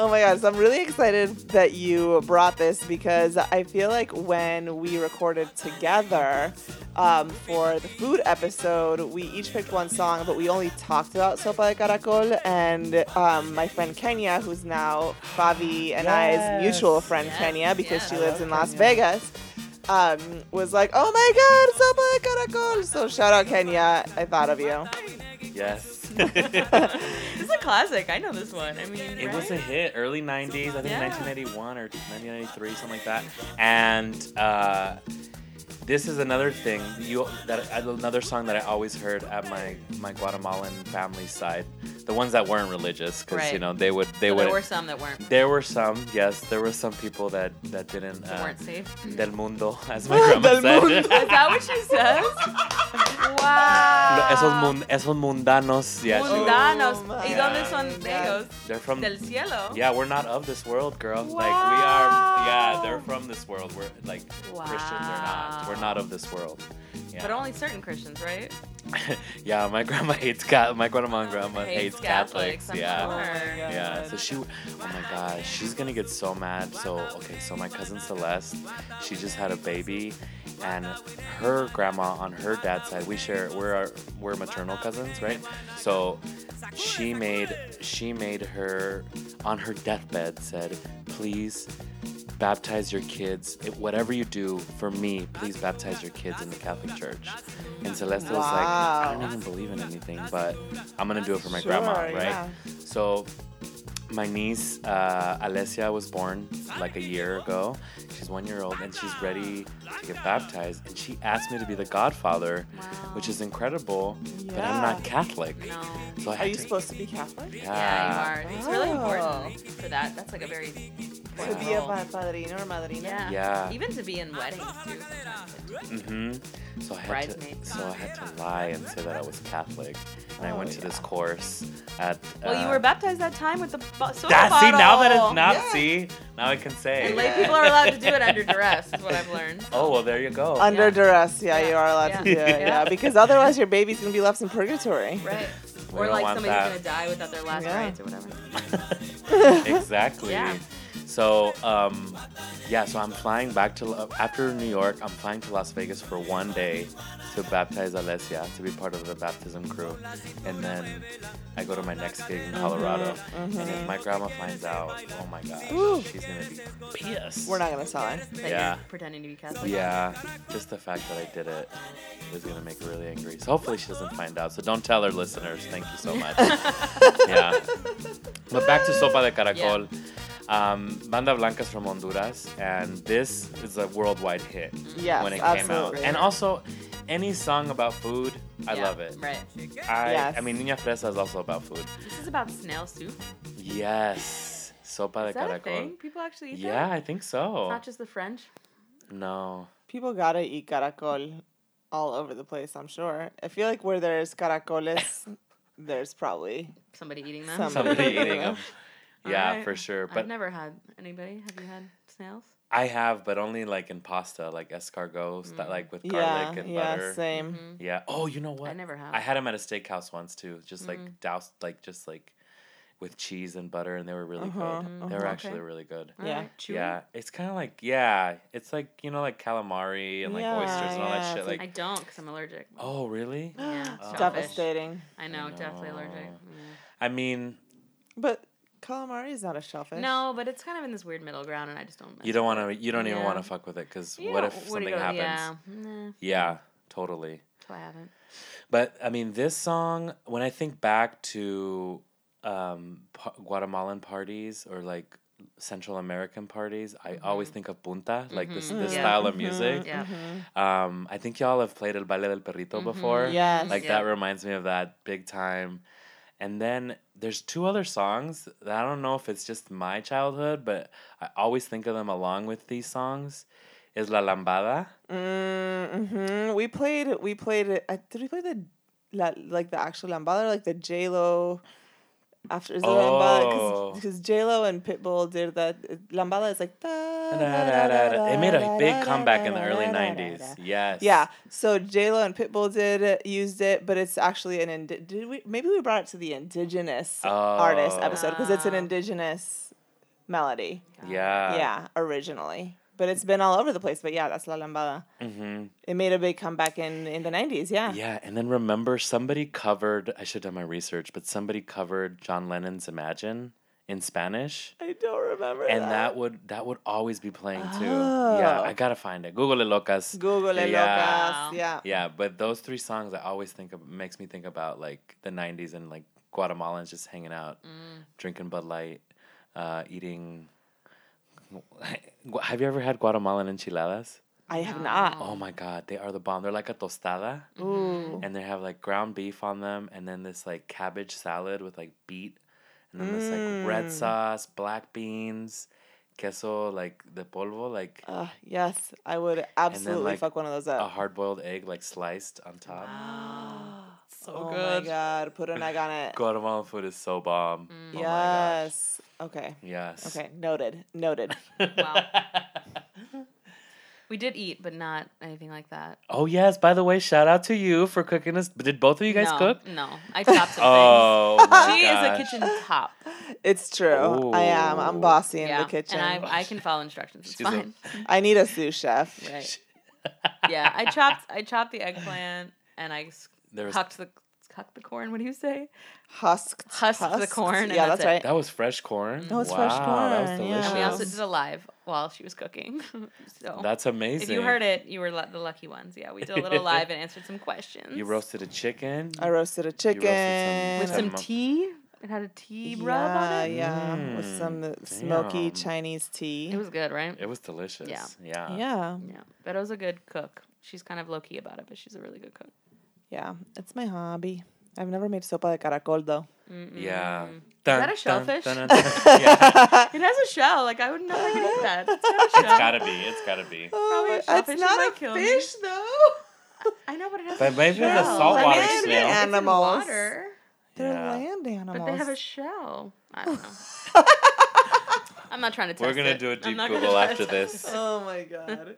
Speaker 3: Oh my god, so I'm really excited that you brought this because I feel like when we recorded together um, for the food episode, we each picked one song, but we only talked about Sopa de Caracol. And um, my friend Kenya, who's now Fabi and I's mutual friend
Speaker 2: Yes,
Speaker 3: Kenya, because
Speaker 2: yes.
Speaker 3: she lives in Las Vegas. Um, was like, oh my god, sopa de caracol. So shout out Kenya, I thought of you. [laughs]
Speaker 4: yes. [laughs]
Speaker 2: This is a classic. I know this one. I mean,
Speaker 4: It was a
Speaker 2: right?
Speaker 4: hit, early 90s, I think
Speaker 2: Yeah.
Speaker 4: 1991 or 1993, something like that. And uh, this is another thing you that another song that I always heard at my my Guatemalan family side, the ones that weren't religious, because you
Speaker 2: Right.
Speaker 4: know they would they
Speaker 2: So
Speaker 4: would.
Speaker 2: there were some that weren't
Speaker 4: there were some, yes, there were some people that that didn't.
Speaker 2: that
Speaker 4: Uh,
Speaker 2: weren't safe.
Speaker 4: del
Speaker 2: [laughs]
Speaker 4: mundo, as my
Speaker 3: Del
Speaker 4: grandma [laughs] said.
Speaker 3: mundo.
Speaker 2: Is that what she says? [laughs] wow.
Speaker 4: esos mun, esos mundanos, yeah, she would-
Speaker 2: Mundanos.
Speaker 3: Oh my
Speaker 2: ¿Y dónde son
Speaker 3: God.
Speaker 2: ellos?
Speaker 4: they're from
Speaker 2: Del cielo.
Speaker 4: Yeah, we're not of this world, girl. Like we are. Yeah, they're from this world. We're like Christians are not. We're not of this world. Yeah.
Speaker 2: But only certain Christians, right?
Speaker 4: [laughs] yeah, my grandma [laughs] hates cat. My Guatemalan grandma hates, Catholics.
Speaker 2: I'm
Speaker 4: yeah.
Speaker 2: sure.
Speaker 3: God.
Speaker 4: Yeah, so she, oh my gosh, she's gonna get so mad. So, okay, so my cousin Celeste, she just had a baby, and her grandma on her dad's side, we share, we're our, we're maternal cousins, right? So, she made she made her on her deathbed said, please baptize your kids. It- whatever you do for me, please baptize your kids in the Catholic Church. And Celeste was like, I
Speaker 3: Wow.
Speaker 4: don't even believe in anything, but I'm gonna do it for my
Speaker 3: Sure,
Speaker 4: grandma, right?
Speaker 3: yeah.
Speaker 4: So my niece uh, Alessia was born like a year ago. She's one year old and she's ready to get baptized. And she asked me to be the godfather, which is incredible. But I'm not Catholic,
Speaker 2: No.
Speaker 4: so I
Speaker 3: Are
Speaker 4: had
Speaker 3: you
Speaker 4: to.
Speaker 3: supposed to be Catholic?
Speaker 4: Yeah.
Speaker 2: Yeah, you are. It's really
Speaker 3: Wow.
Speaker 2: important for that. That's like a very
Speaker 3: To
Speaker 2: important
Speaker 3: be a
Speaker 2: role.
Speaker 3: pa- padrino or madrina.
Speaker 2: Yeah.
Speaker 4: Yeah.
Speaker 2: Even to be in weddings too. sometimes.
Speaker 4: hmm So I had to,
Speaker 2: Bridesmaid.
Speaker 4: so I had to lie and say that I was Catholic, and I
Speaker 3: Oh,
Speaker 4: went to this course at.
Speaker 2: Well, you
Speaker 4: uh,
Speaker 2: were baptized that time with the bo- soda
Speaker 4: That, see, now that
Speaker 2: bottle.
Speaker 4: it's not,
Speaker 3: Yeah.
Speaker 4: see, now I can say.
Speaker 2: And lay people are allowed to do it under duress, is what
Speaker 4: [laughs]
Speaker 2: I've learned.
Speaker 4: Oh well, there you go.
Speaker 3: Under
Speaker 2: Yeah.
Speaker 3: duress, yeah,
Speaker 2: Yeah.
Speaker 3: you are allowed to do
Speaker 4: Yeah.
Speaker 3: it, yeah, because otherwise your baby's gonna be left in purgatory.
Speaker 2: Right.
Speaker 4: We
Speaker 2: Or
Speaker 4: don't
Speaker 2: like
Speaker 4: want
Speaker 2: somebody's
Speaker 4: that.
Speaker 2: gonna die without their last
Speaker 3: Yeah.
Speaker 2: rites or whatever.
Speaker 4: [laughs] exactly.
Speaker 2: Yeah.
Speaker 4: So, um, yeah, so I'm flying back to, after New York, I'm flying to Las Vegas for one day to baptize Alessia, to be part of the baptism crew. And then I go to my next gig
Speaker 3: Mm-hmm.
Speaker 4: in Colorado. And if my grandma finds out, oh my gosh,
Speaker 3: Woo.
Speaker 4: she's going to be pissed.
Speaker 3: We're not gonna tell her.
Speaker 2: That
Speaker 4: Yeah.
Speaker 2: you're pretending to be Catholic.
Speaker 4: Yeah, just the fact that I did it is going to make her really angry. So hopefully she doesn't find out. So don't tell her, listeners. Thank you so
Speaker 2: [laughs]
Speaker 4: much. yeah. But back to Sopa de Caracol. Um, Banda Blancas from Honduras, and this is a worldwide hit
Speaker 3: Yes,
Speaker 4: when it came out.
Speaker 3: absolutely.
Speaker 4: And also, any song about food, I
Speaker 2: Yeah,
Speaker 4: love it.
Speaker 2: Right.
Speaker 4: I,
Speaker 3: Yes.
Speaker 4: I mean, Niña Fresa is also about food.
Speaker 2: This is about snail soup.
Speaker 4: Yes, Sopa de
Speaker 2: Is that a
Speaker 4: Caracol.
Speaker 2: thing? People actually eat
Speaker 4: Yeah,
Speaker 2: that?
Speaker 4: I think so.
Speaker 2: It's not just the French.
Speaker 4: no.
Speaker 3: People gotta eat caracol all over the place, I'm sure. I feel like where there's [laughs] caracoles, there's probably
Speaker 2: Somebody eating them.
Speaker 3: Somebody.
Speaker 4: Somebody
Speaker 2: [laughs]
Speaker 4: eating them.
Speaker 2: Um, All
Speaker 4: Yeah,
Speaker 2: right.
Speaker 4: for sure.
Speaker 2: I've
Speaker 4: But
Speaker 2: never had anybody. Have you had snails?
Speaker 4: I have, but only like in pasta, like escargots, that like with
Speaker 3: Mm. yeah,
Speaker 4: garlic and
Speaker 3: yeah,
Speaker 4: butter.
Speaker 3: same.
Speaker 4: Yeah. Oh, you know what?
Speaker 2: never have.
Speaker 4: I had them at a steakhouse once too, just
Speaker 3: Mm.
Speaker 4: like doused, like just like with cheese and butter, and they were really
Speaker 3: Uh-huh,
Speaker 4: good. They were actually really good.
Speaker 2: All
Speaker 3: Yeah.
Speaker 2: right. Mm-hmm. Chewy?
Speaker 4: Yeah, it's kind of like yeah, it's like you know like calamari and like
Speaker 3: Yeah,
Speaker 4: oysters and all
Speaker 3: yeah,
Speaker 4: that shit.
Speaker 3: it's
Speaker 4: Like,
Speaker 2: I don't because I'm allergic.
Speaker 4: oh
Speaker 3: [gasps]
Speaker 4: really?
Speaker 2: Yeah,
Speaker 4: Oh.
Speaker 2: shellfish.
Speaker 3: Devastating.
Speaker 2: I know, definitely allergic.
Speaker 4: know. I mean,
Speaker 3: But calamari is not a shellfish.
Speaker 2: Yeah. Mm. No, but it's kind of in this weird middle ground, and I just don't. mess
Speaker 4: you don't want to. You don't even
Speaker 2: Yeah.
Speaker 4: want to fuck with it because
Speaker 2: with it.
Speaker 4: what
Speaker 2: Yeah,
Speaker 4: if
Speaker 2: do
Speaker 4: something
Speaker 2: you go-
Speaker 4: happens?
Speaker 2: Yeah, nah,
Speaker 4: yeah, totally.
Speaker 2: so I haven't.
Speaker 4: But I mean, this song, when I think back to um, pa- Guatemalan parties or like Central American parties, I always think of punta, like this, this
Speaker 2: Mm-hmm. Yeah. Mm-hmm.
Speaker 4: style of music.
Speaker 2: Yeah, Mm-hmm.
Speaker 4: Um, I think y'all have played El Baile del Perrito before.
Speaker 3: Yes.
Speaker 4: Like
Speaker 2: Yeah.
Speaker 4: that reminds me of that big time. And then there's two other songs that I don't know if it's just my childhood, but I always think of them along with these songs. Is La Lambada?
Speaker 3: Mm-hmm. We played. We played. Uh, did we play the la, like the actual lambada, or like the J Lo? After is the lambada
Speaker 4: Oh.
Speaker 3: because J Lo and Pitbull did that. uh, Lambada is like da, da, da, da, da,
Speaker 4: It made a
Speaker 3: da,
Speaker 4: big
Speaker 3: da,
Speaker 4: comeback in
Speaker 3: da,
Speaker 4: the
Speaker 3: da,
Speaker 4: early
Speaker 3: da, da, da,
Speaker 4: 90s.
Speaker 3: da.
Speaker 4: Yes.
Speaker 3: Yeah, so J Lo and Pitbull did it- used it, but it's actually an indi- did we maybe we brought it to the indigenous artist
Speaker 4: Oh.
Speaker 3: episode because it's an indigenous melody.
Speaker 4: Yeah.
Speaker 3: yeah, originally. But it's been all over the place. But yeah, that's La Lambada. Mm-hmm. It made a big comeback in, in the 90s. Yeah.
Speaker 4: Yeah. And then remember, somebody covered, I should have done my research, but somebody covered John Lennon's Imagine in Spanish.
Speaker 3: I don't remember
Speaker 4: And
Speaker 3: that.
Speaker 4: that would that would always be playing too. Yeah,
Speaker 3: Oh.
Speaker 4: I gotta find it. Google it, locas.
Speaker 3: Google it,
Speaker 4: yeah.
Speaker 3: locas. Yeah.
Speaker 4: Yeah, but those three songs I always think of makes me think about like the '90s and like Guatemalans just hanging out, drinking Bud Light, uh, eating. [laughs] Have you ever had Guatemalan enchiladas?
Speaker 3: I have not.
Speaker 4: Oh my god, they are the bomb. They're like a tostada.
Speaker 2: Mm-hmm.
Speaker 3: Ooh.
Speaker 4: And they have like ground beef on them and then this like cabbage salad with like beet and then this like
Speaker 2: Mm.
Speaker 4: red sauce, black beans, queso like de polvo, like
Speaker 3: Uh, yes, I would absolutely
Speaker 4: like, uh,
Speaker 3: fuck one of those
Speaker 2: Uh.
Speaker 4: a
Speaker 3: up.
Speaker 4: hard boiled egg like sliced on top. So
Speaker 3: oh
Speaker 4: good.
Speaker 3: my God. Put an egg on it.
Speaker 4: Guatemalan food is so bomb.
Speaker 2: Mm.
Speaker 4: Oh my gosh.
Speaker 3: yes. Okay.
Speaker 4: Yes. [laughs]
Speaker 3: Okay. Noted. Noted.
Speaker 2: [gasps] we did eat, but not anything like that.
Speaker 4: Oh yes, by the way, shout out to you for cooking us. Did both of you guys
Speaker 2: no,
Speaker 4: cook?
Speaker 2: No, I chopped some
Speaker 4: [laughs] Oh,
Speaker 2: things. [laughs]
Speaker 4: my
Speaker 2: She
Speaker 4: gosh.
Speaker 2: is a kitchen top.
Speaker 3: It's true. I am. I'm
Speaker 4: Ooh.
Speaker 3: bossy in
Speaker 2: Yeah,
Speaker 3: the kitchen.
Speaker 2: and I I can follow instructions. It's
Speaker 4: She's a- [laughs]
Speaker 2: fine.
Speaker 3: I need a sous chef.
Speaker 2: Right. [laughs] yeah,
Speaker 4: [laughs]
Speaker 2: I chopped I chopped the eggplant and I s-
Speaker 4: There was-
Speaker 2: hucked the hucked the corn. What do you say?
Speaker 3: Husked.
Speaker 2: Husked the corn, and
Speaker 3: Yeah,
Speaker 2: that's
Speaker 3: that's,
Speaker 2: it.
Speaker 3: right.
Speaker 4: That was fresh corn.
Speaker 3: That was fresh
Speaker 4: That was
Speaker 3: corn, yeah.
Speaker 4: delicious.
Speaker 2: And we also
Speaker 3: Yes.
Speaker 2: did a live while she was cooking. [laughs] so
Speaker 4: That's amazing.
Speaker 2: if you heard it, you were lu- the lucky ones. Yeah, we did a little
Speaker 4: [laughs]
Speaker 2: live and answered some questions.
Speaker 4: You roasted a chicken.
Speaker 3: I roasted a chicken.
Speaker 4: roasted some-
Speaker 2: with some
Speaker 4: Some-
Speaker 2: tea. It had a tea rub
Speaker 3: yeah,
Speaker 2: on it.
Speaker 3: yeah, with some uh, smoky
Speaker 4: damn. Uh.
Speaker 3: Chinese tea.
Speaker 2: It was good, right?
Speaker 4: It was delicious.
Speaker 2: Yeah.
Speaker 4: Yeah.
Speaker 3: yeah,
Speaker 2: yeah. Beto's a good cook. She's kind of low key about it, but she's a really good cook.
Speaker 3: yeah, it's my hobby. I've never made sopa de caracol though.
Speaker 4: Yeah.
Speaker 2: Mm-hmm. that
Speaker 4: Dun,
Speaker 2: a shellfish?
Speaker 3: [laughs]
Speaker 4: dun, dun, dun. yeah,
Speaker 2: It has a shell. Like I would never eat that. [laughs] It's got a shell.
Speaker 4: it's gotta be. It's gotta
Speaker 3: [laughs]
Speaker 4: be.
Speaker 2: Probably a
Speaker 3: it's
Speaker 2: shellfish, it
Speaker 3: not
Speaker 2: might
Speaker 3: a
Speaker 2: kill me.
Speaker 3: fish though.
Speaker 2: I know, but it has
Speaker 4: But
Speaker 2: a
Speaker 4: maybe
Speaker 2: shell.
Speaker 4: the saltwater
Speaker 3: Land
Speaker 4: snail.
Speaker 2: It's in
Speaker 3: animals.
Speaker 2: water,
Speaker 3: They're
Speaker 4: Yeah.
Speaker 3: land animals.
Speaker 2: but they have a shell. I don't know. [laughs] I'm not trying to test
Speaker 4: We're gonna
Speaker 2: it.
Speaker 4: do a
Speaker 2: I'm
Speaker 4: deep
Speaker 2: not gonna
Speaker 4: Google
Speaker 2: try to
Speaker 4: after
Speaker 2: test [laughs]
Speaker 4: this. [laughs]
Speaker 2: it.
Speaker 3: oh my god.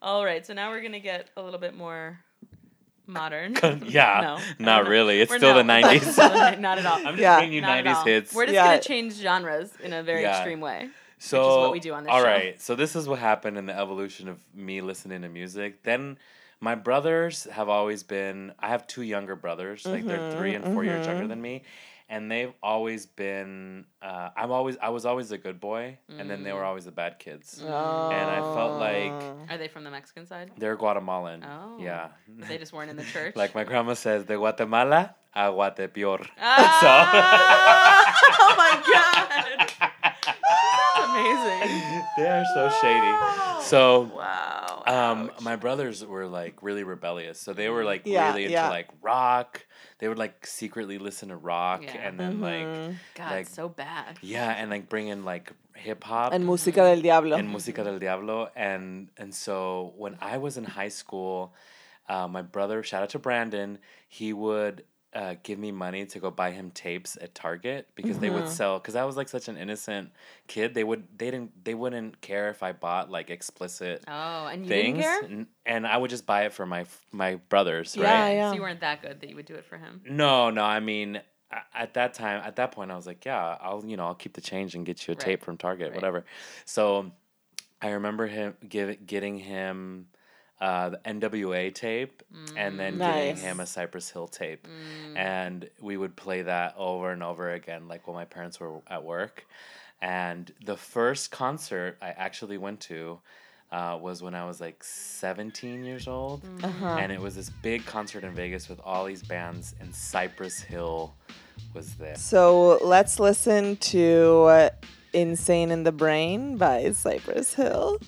Speaker 2: All right, so now we're gonna get a little bit more modern.
Speaker 4: yeah.
Speaker 2: [laughs] No,
Speaker 4: [laughs] not
Speaker 2: no. [laughs]
Speaker 4: really. It's
Speaker 2: We're
Speaker 4: still the
Speaker 2: not-
Speaker 4: 90s.
Speaker 2: not at all.
Speaker 4: [laughs] I'm just
Speaker 3: Yeah.
Speaker 4: bringing you
Speaker 2: Not at
Speaker 4: 90s
Speaker 2: all.
Speaker 4: hits.
Speaker 2: We're just
Speaker 3: Yeah.
Speaker 2: gonna change genres in a very
Speaker 4: Yeah.
Speaker 2: extreme way.
Speaker 4: so,
Speaker 2: is what we do on this
Speaker 4: All
Speaker 2: show.
Speaker 4: right. So this is what happened in the evolution of me listening to music. Then my brothers have always been I have two younger brothers, like they're
Speaker 2: Mm-hmm,
Speaker 4: 3 and 4 years younger than me, and they've always been uh, I'm always I was always a good boy and then they
Speaker 2: Mm.
Speaker 4: were always the bad kids. And I felt like
Speaker 2: Are they from the Mexican side?
Speaker 4: they're Guatemalan.
Speaker 2: Oh.
Speaker 4: Yeah. [laughs]
Speaker 2: They just weren't in the church.
Speaker 4: Like
Speaker 2: [laughs]
Speaker 4: my grandma says, de Guatemala a [laughs] Guatepeor.
Speaker 2: Ah! oh my god! That's amazing.
Speaker 4: [laughs] they are so shady. So
Speaker 2: Wow.
Speaker 4: Um, my brothers were like really rebellious, so they were like
Speaker 3: Yeah,
Speaker 4: really into
Speaker 3: yeah.
Speaker 4: like rock. They would like secretly listen to rock,
Speaker 2: Yeah.
Speaker 4: and then
Speaker 3: Mm-hmm.
Speaker 4: like
Speaker 2: God,
Speaker 4: like-
Speaker 2: so bad.
Speaker 4: yeah, and like bring in like hip hop
Speaker 3: And música del diablo.
Speaker 4: and música del diablo, and and so when I was in high school, uh, my brother, shout out to Brandon, he would. Uh, give me money to go buy him tapes at Target because they would
Speaker 3: Mm-hmm.
Speaker 4: sell. Because I was like such an innocent kid, they would they didn't they wouldn't care if I bought like explicit
Speaker 2: Oh, and you
Speaker 4: things,
Speaker 2: didn't care?
Speaker 4: n- and I would just buy it for my my brothers,
Speaker 3: Yeah,
Speaker 4: right?
Speaker 3: yeah.
Speaker 2: So you weren't that good that you would do it for him.
Speaker 4: No, no, I mean a- at that time, at that point, I was like, yeah, I'll you know I'll keep the change and get you a
Speaker 2: Right.
Speaker 4: tape from Target,
Speaker 2: Right.
Speaker 4: whatever. So I remember him give, getting him uh, the NWA tape, and then getting
Speaker 3: Nice.
Speaker 4: him a Cypress Hill tape, and we would play that over and over again, like when my parents were at work. And the first concert I actually went to uh, was when I was like 17 years old. And it was this big concert in Vegas with all these bands, and Cypress Hill was there.
Speaker 3: So let's listen to uh, Insane in the Brain by Cypress Hill.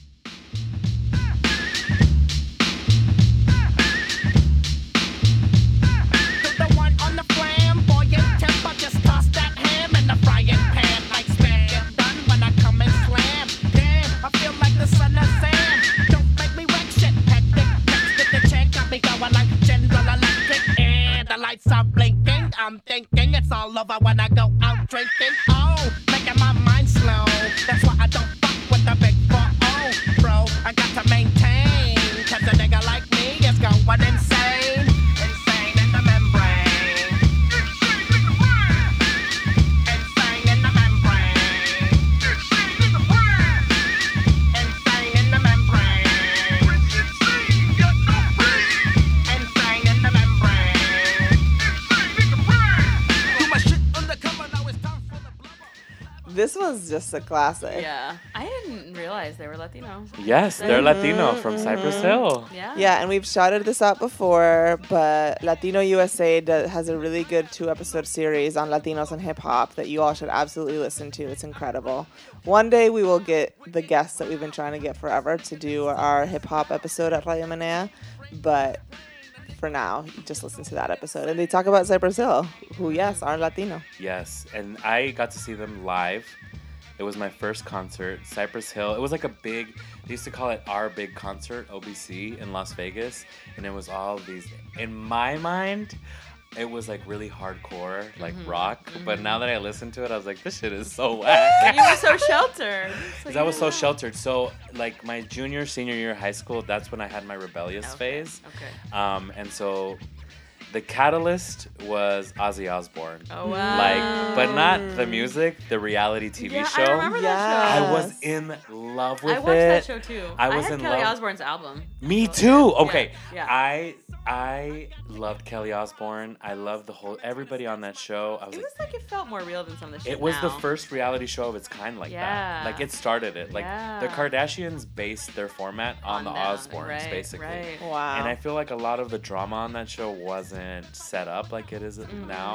Speaker 8: to the one on the flamboyant temper. Just toss that ham in the frying pan like spam. Get done when I come and slam. Damn, I feel like the son of Sam. Don't make me wreck shit, hectic. Next to the chain, got me going like General Electric. And the lights are blinking. I'm thinking it's all over when I go out drinking. Oh, making my mind slow. That's why I don't fuck with the big four. Oh, bro, I got to maintain. Cause a nigga like me is going insane. Insane in the membrane. Insane in the membrane. Insane in the brain. Insane in the membrane. Insane in the membrane. Do my shit undercover, now it's time for the blubber.
Speaker 3: This one's just a classic.
Speaker 2: Yeah. I didn't realize they were Latino.
Speaker 4: Yes, they're Latino from Cypress Hill.
Speaker 2: Yeah.
Speaker 3: Yeah, and we've shouted this out before, but Latino USA do- has a really good two episode series on Latinos and hip hop that you all should absolutely listen to. It's incredible. One day we will get the guests that we've been trying to get forever to do our hip hop episode at Rayo Manea, but for now, just listen to that episode. And they talk about Cypress Hill, who, yes, are Latino.
Speaker 4: Yes, and I got to see them live. It was my first concert, Cypress Hill. It was like a big, they used to call it our big concert, OBC, in Las Vegas. And it was all these, in my mind, it was like really hardcore, like
Speaker 2: Mm-hmm.
Speaker 4: rock. But now that I listened to it, I was like, this shit is so whack.
Speaker 2: [laughs]
Speaker 4: [laughs]
Speaker 2: You were so sheltered. It's like,
Speaker 4: Because I was so
Speaker 2: yeah.
Speaker 4: sheltered. So, like, my junior, senior year of high school, that's when I had my rebellious
Speaker 2: Okay,
Speaker 4: phase.
Speaker 2: Okay.
Speaker 4: Um, and so the catalyst was Ozzy Osbourne.
Speaker 2: Oh, wow.
Speaker 4: Like, but not the music, the reality TV
Speaker 2: Ah. yeah,
Speaker 4: show.
Speaker 2: I remember that show.
Speaker 4: I was in love with
Speaker 2: I watched
Speaker 4: it.
Speaker 2: that show too.
Speaker 4: I was
Speaker 2: had
Speaker 4: in
Speaker 2: Kelly
Speaker 4: love-
Speaker 2: Osbourne's album.
Speaker 4: Me
Speaker 2: So,
Speaker 4: too.
Speaker 2: yeah,
Speaker 4: Okay.
Speaker 2: Yeah.
Speaker 4: I I loved Kelly Osbourne. I loved the whole everybody on that show. I was
Speaker 2: It
Speaker 4: like,
Speaker 2: was like it felt more real than some of the shit.
Speaker 4: it was the
Speaker 2: now.
Speaker 4: first reality show of its kind like that.
Speaker 2: Yeah.
Speaker 4: Like it started it. Like the
Speaker 2: Yeah.
Speaker 4: Kardashians based their format on, the
Speaker 2: them,
Speaker 4: Osbournes
Speaker 2: right,
Speaker 4: basically.
Speaker 2: right.
Speaker 3: Wow.
Speaker 4: And I feel like a lot of the drama on that show wasn't set up like it is now.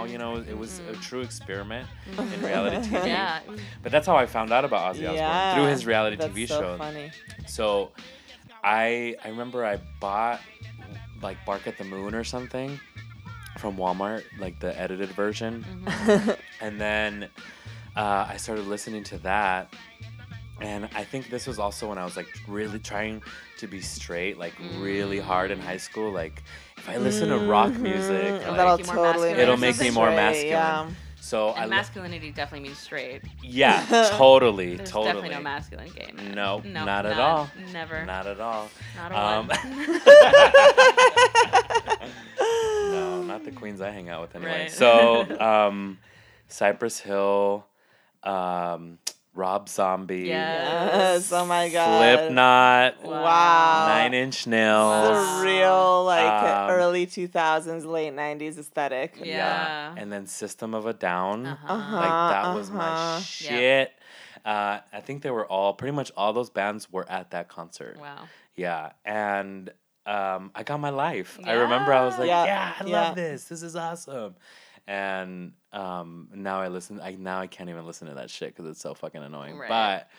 Speaker 2: Mm-hmm.
Speaker 4: You know, it was a true experiment
Speaker 2: [laughs]
Speaker 4: in reality TV.
Speaker 2: Yeah, it was
Speaker 4: But that's how [laughs] I found out about Ozzy Osbourne through his reality
Speaker 3: that's
Speaker 4: TV
Speaker 3: so
Speaker 4: show.
Speaker 3: Funny.
Speaker 4: So I I remember I bought like Bark at the Moon or something from Walmart, like the edited version. and then uh, I started listening to that. And I think this was also when I was like really trying to be straight, like really hard in high school. Like, if I listen to rock music,
Speaker 3: Mm,
Speaker 4: like,
Speaker 3: that'll
Speaker 2: you more
Speaker 3: totally
Speaker 2: masculine.
Speaker 4: it'll make me more
Speaker 3: straight,
Speaker 4: masculine.
Speaker 3: Yeah.
Speaker 4: So I,
Speaker 2: And
Speaker 4: li-
Speaker 2: masculinity definitely means straight.
Speaker 4: yeah,
Speaker 2: [laughs]
Speaker 4: totally,
Speaker 2: There's
Speaker 4: totally.
Speaker 2: definitely no masculine gay. in it.
Speaker 4: No,
Speaker 2: No,
Speaker 4: not at
Speaker 2: none.
Speaker 4: all.
Speaker 2: Never.
Speaker 4: Not um, at all.
Speaker 2: Not a [laughs]
Speaker 4: [laughs] no, not the queens I hang out with anyway.
Speaker 2: Right. [laughs]
Speaker 4: So, um, Cypress Hill, um, Rob Zombie,
Speaker 2: Yes.
Speaker 3: Yes. Oh my god.
Speaker 4: Slipknot,
Speaker 3: Wow.
Speaker 4: Nine Inch Nails.
Speaker 3: The real like
Speaker 4: Um,
Speaker 3: early 2000s, late 90s aesthetic.
Speaker 2: Yeah.
Speaker 4: And then System of a Down.
Speaker 2: Uh-huh.
Speaker 3: [laughs] Uh-huh,
Speaker 4: Like that was
Speaker 3: uh-huh.
Speaker 4: my
Speaker 2: Yeah.
Speaker 4: shit. Uh, I think they were all pretty much all those bands were at that concert.
Speaker 2: Wow.
Speaker 4: Yeah, and um, I got my life. I remember I was like,
Speaker 3: Yeah.
Speaker 4: yeah, I
Speaker 3: Yeah.
Speaker 4: love this. This is awesome. And um, now I listen. I now I can't even listen to that shit because it's so fucking annoying.
Speaker 2: Right.
Speaker 4: But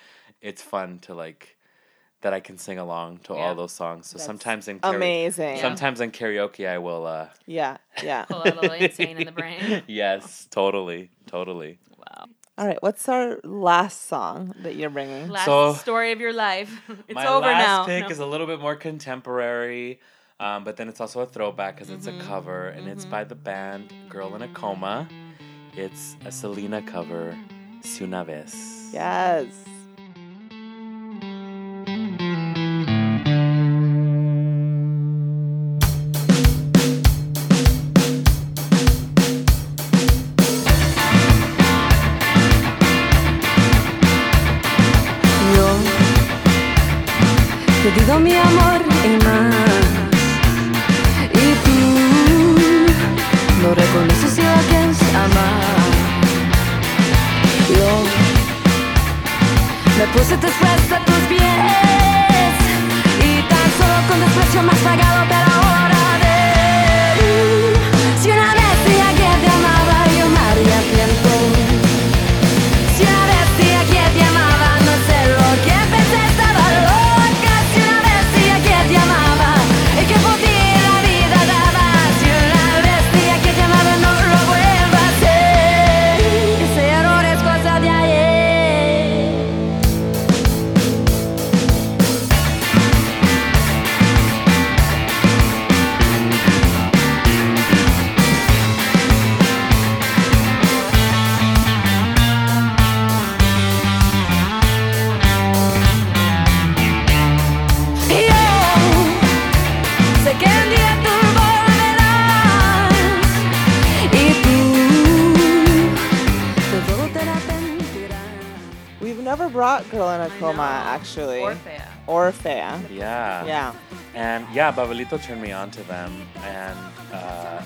Speaker 4: it's fun to like that I can sing along to
Speaker 2: Yeah.
Speaker 4: all those songs. So sometimes in karaoke,
Speaker 3: Amazing.
Speaker 2: Some-
Speaker 4: sometimes in karaoke, I will. Uh, [laughs]
Speaker 3: Yeah. Yeah.
Speaker 2: Pull out a little insane in the brain.
Speaker 4: yes, totally, totally.
Speaker 2: Wow.
Speaker 3: All right. What's our last song that you're bringing?
Speaker 2: Last
Speaker 4: So-
Speaker 2: story of your life. [laughs] It's
Speaker 4: My
Speaker 2: over
Speaker 4: last
Speaker 2: now.
Speaker 4: pick
Speaker 2: No.
Speaker 4: is a little bit more contemporary, um, but then it's also a throwback because it's a cover, and it's by the band Girl in a Coma. It's a Selena cover, Si Una Vez.
Speaker 3: Yes.
Speaker 9: Yo te digo mi amor y más. Y tú no reconoces si a quien amas. Yo me puse después de tus pies. Y tan solo con desprecio más pagado de la hora de. Si una vez decía que te amaba, yo me arrepiento. Si una vez decía que te amaba, no sé lo que pensé, estaba loca. Si una vez decía que te amaba, el que podía la vida daba. Si una vez decía que te amaba, no lo vuelva a hacer. Ese error es cosa de ayer. Yo sé que un día tú volverás y tú de todo te arrepentirás.
Speaker 3: We've never brought Girl in a Coma,
Speaker 2: know.
Speaker 3: actually.
Speaker 2: Orfea.
Speaker 3: Orfea.
Speaker 4: Yeah.
Speaker 3: Yeah.
Speaker 4: And yeah, Babalito turned me on to them, and uh,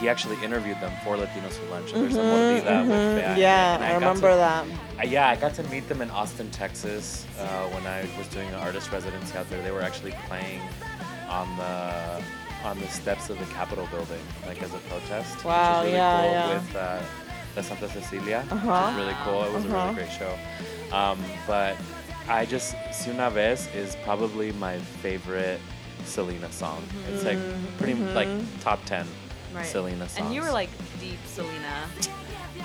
Speaker 4: he actually interviewed them for Latinos for Lunch. and There's a movie that with Bea.
Speaker 3: Mm-hmm. Yeah.
Speaker 4: and
Speaker 3: I
Speaker 4: got to-
Speaker 3: remember that.
Speaker 4: Uh, yeah, I got to meet them in Austin, Texas, uh, when I was doing an artist residency out there. They were actually playing on the on the steps of the Capitol building, like as a protest.
Speaker 3: Wow,
Speaker 4: Which was really
Speaker 3: yeah,
Speaker 4: cool
Speaker 3: yeah.
Speaker 4: With uh, the Santa Cecilia,
Speaker 3: Uh-huh.
Speaker 4: which was really cool. It was a
Speaker 3: Uh-huh.
Speaker 4: really great show. Um, but I just Si Una Vez is probably my favorite Selena song. It's like pretty like top ten
Speaker 2: Mm-hmm. Right.
Speaker 4: Selena songs.
Speaker 2: And you were like deep Selena.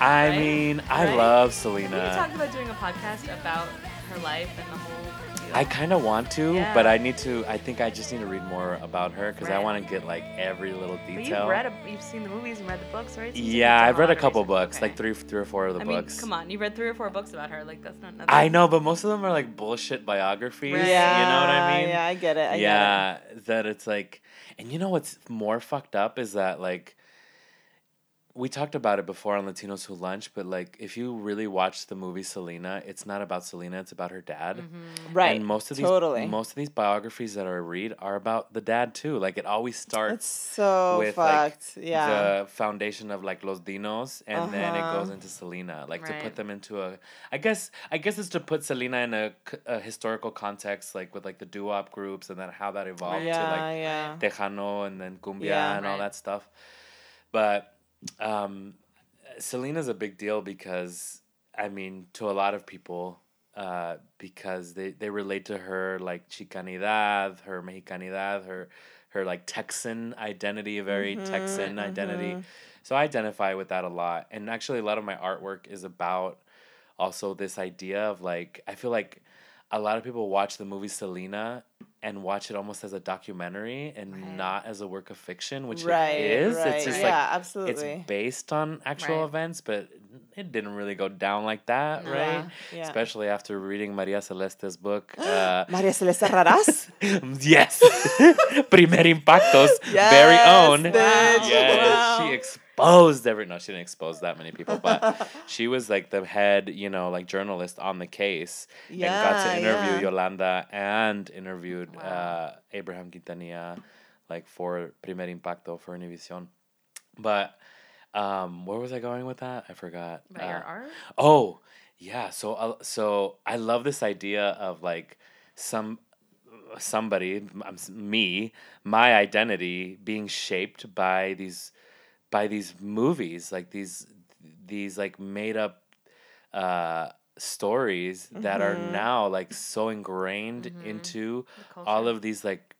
Speaker 4: I
Speaker 2: right?
Speaker 4: mean, I
Speaker 2: Right?
Speaker 4: love
Speaker 2: We
Speaker 4: Selena.
Speaker 2: talked about doing a podcast about her life and the whole. deal.
Speaker 4: I kind of want to, but
Speaker 2: Yeah.
Speaker 4: I need to. I think I just need to read more about her because I
Speaker 2: Right.
Speaker 4: want to get like every little
Speaker 2: But
Speaker 4: detail.
Speaker 2: you've read, a, you've seen the movies and read the books, right? So you've
Speaker 4: yeah,
Speaker 2: done
Speaker 4: I've read
Speaker 2: lot
Speaker 4: a
Speaker 2: of
Speaker 4: couple
Speaker 2: research.
Speaker 4: books,
Speaker 2: Okay.
Speaker 4: like three, three or four of the
Speaker 2: I
Speaker 4: books.
Speaker 2: mean, come on, you read three or four books about her. Like that's not. Nothing.
Speaker 4: I know, but most of them are like bullshit biographies.
Speaker 2: Right.
Speaker 4: You know what I
Speaker 3: Yeah,
Speaker 4: mean?
Speaker 3: Yeah, I get it. I Get
Speaker 4: yeah, that it's like, and you know what's more fucked up is that like, we talked about it before on Latinos Who Lunch, but like if you really watch the movie Selena, it's not about Selena, it's about her dad.
Speaker 2: Mm-hmm.
Speaker 3: Right.
Speaker 4: And most of these
Speaker 3: totally.
Speaker 4: most of these biographies that I read are about the dad too. Like it always
Speaker 3: it's
Speaker 4: starts
Speaker 3: so
Speaker 4: with like
Speaker 3: fucked. yeah.
Speaker 4: the foundation of like Los Dinos, and then it
Speaker 3: Uh-huh.
Speaker 4: goes into Selena. Like to
Speaker 2: Right.
Speaker 4: put them into a, I guess I guess it's to put Selena in a, c- a historical context, like with like the doo wop groups, and then how that evolved
Speaker 3: yeah,
Speaker 4: to like
Speaker 3: yeah.
Speaker 4: Tejano and then cumbia
Speaker 3: Yeah.
Speaker 4: and all
Speaker 2: Right.
Speaker 4: that stuff. But um, Selena's a big deal because I mean to a lot of people uh, because they they relate to her like chicanidad, her mexicanidad, her her like Texan identity, a very
Speaker 3: Mm-hmm,
Speaker 4: Texan identity. So I identify with that a lot, and actually a lot of my artwork is about also this idea of like I feel like a lot of people watch the movie Selena and watch it almost as a documentary and not as a work of fiction, which
Speaker 3: right.
Speaker 4: it is.
Speaker 3: Right.
Speaker 4: It's just
Speaker 3: yeah,
Speaker 4: like
Speaker 3: absolutely.
Speaker 4: it's based on actual
Speaker 2: Right.
Speaker 4: events, but it didn't really go down like that, right?
Speaker 3: Yeah, yeah.
Speaker 4: Especially after reading Maria Celeste's
Speaker 3: [gasps]
Speaker 4: book. Uh,
Speaker 3: María Celeste
Speaker 4: [laughs]
Speaker 3: Raraz?
Speaker 4: yes, Primer Impactos, very
Speaker 3: Yes,
Speaker 4: own.
Speaker 3: bitch.
Speaker 4: Yes,
Speaker 3: Wow.
Speaker 4: she exposed every. No, she didn't expose that many people,
Speaker 3: [laughs]
Speaker 4: but she was like the head, you know, like journalist on the case, and got
Speaker 3: Yeah,
Speaker 4: to interview
Speaker 3: yeah.
Speaker 4: Yolanda and interviewed uh, Abraham Quintanilla, like for Primer Impacto for Univision. But um, where was I going with that? I forgot.
Speaker 2: About your
Speaker 4: Uh,
Speaker 2: art?
Speaker 4: Oh, yeah. So, uh, so I love this idea of like some uh, somebody, m- I'm s- me, my identity being shaped by these by these movies, like these these like made up uh, stories that are
Speaker 3: Mm-hmm.
Speaker 4: now like so ingrained into all of these like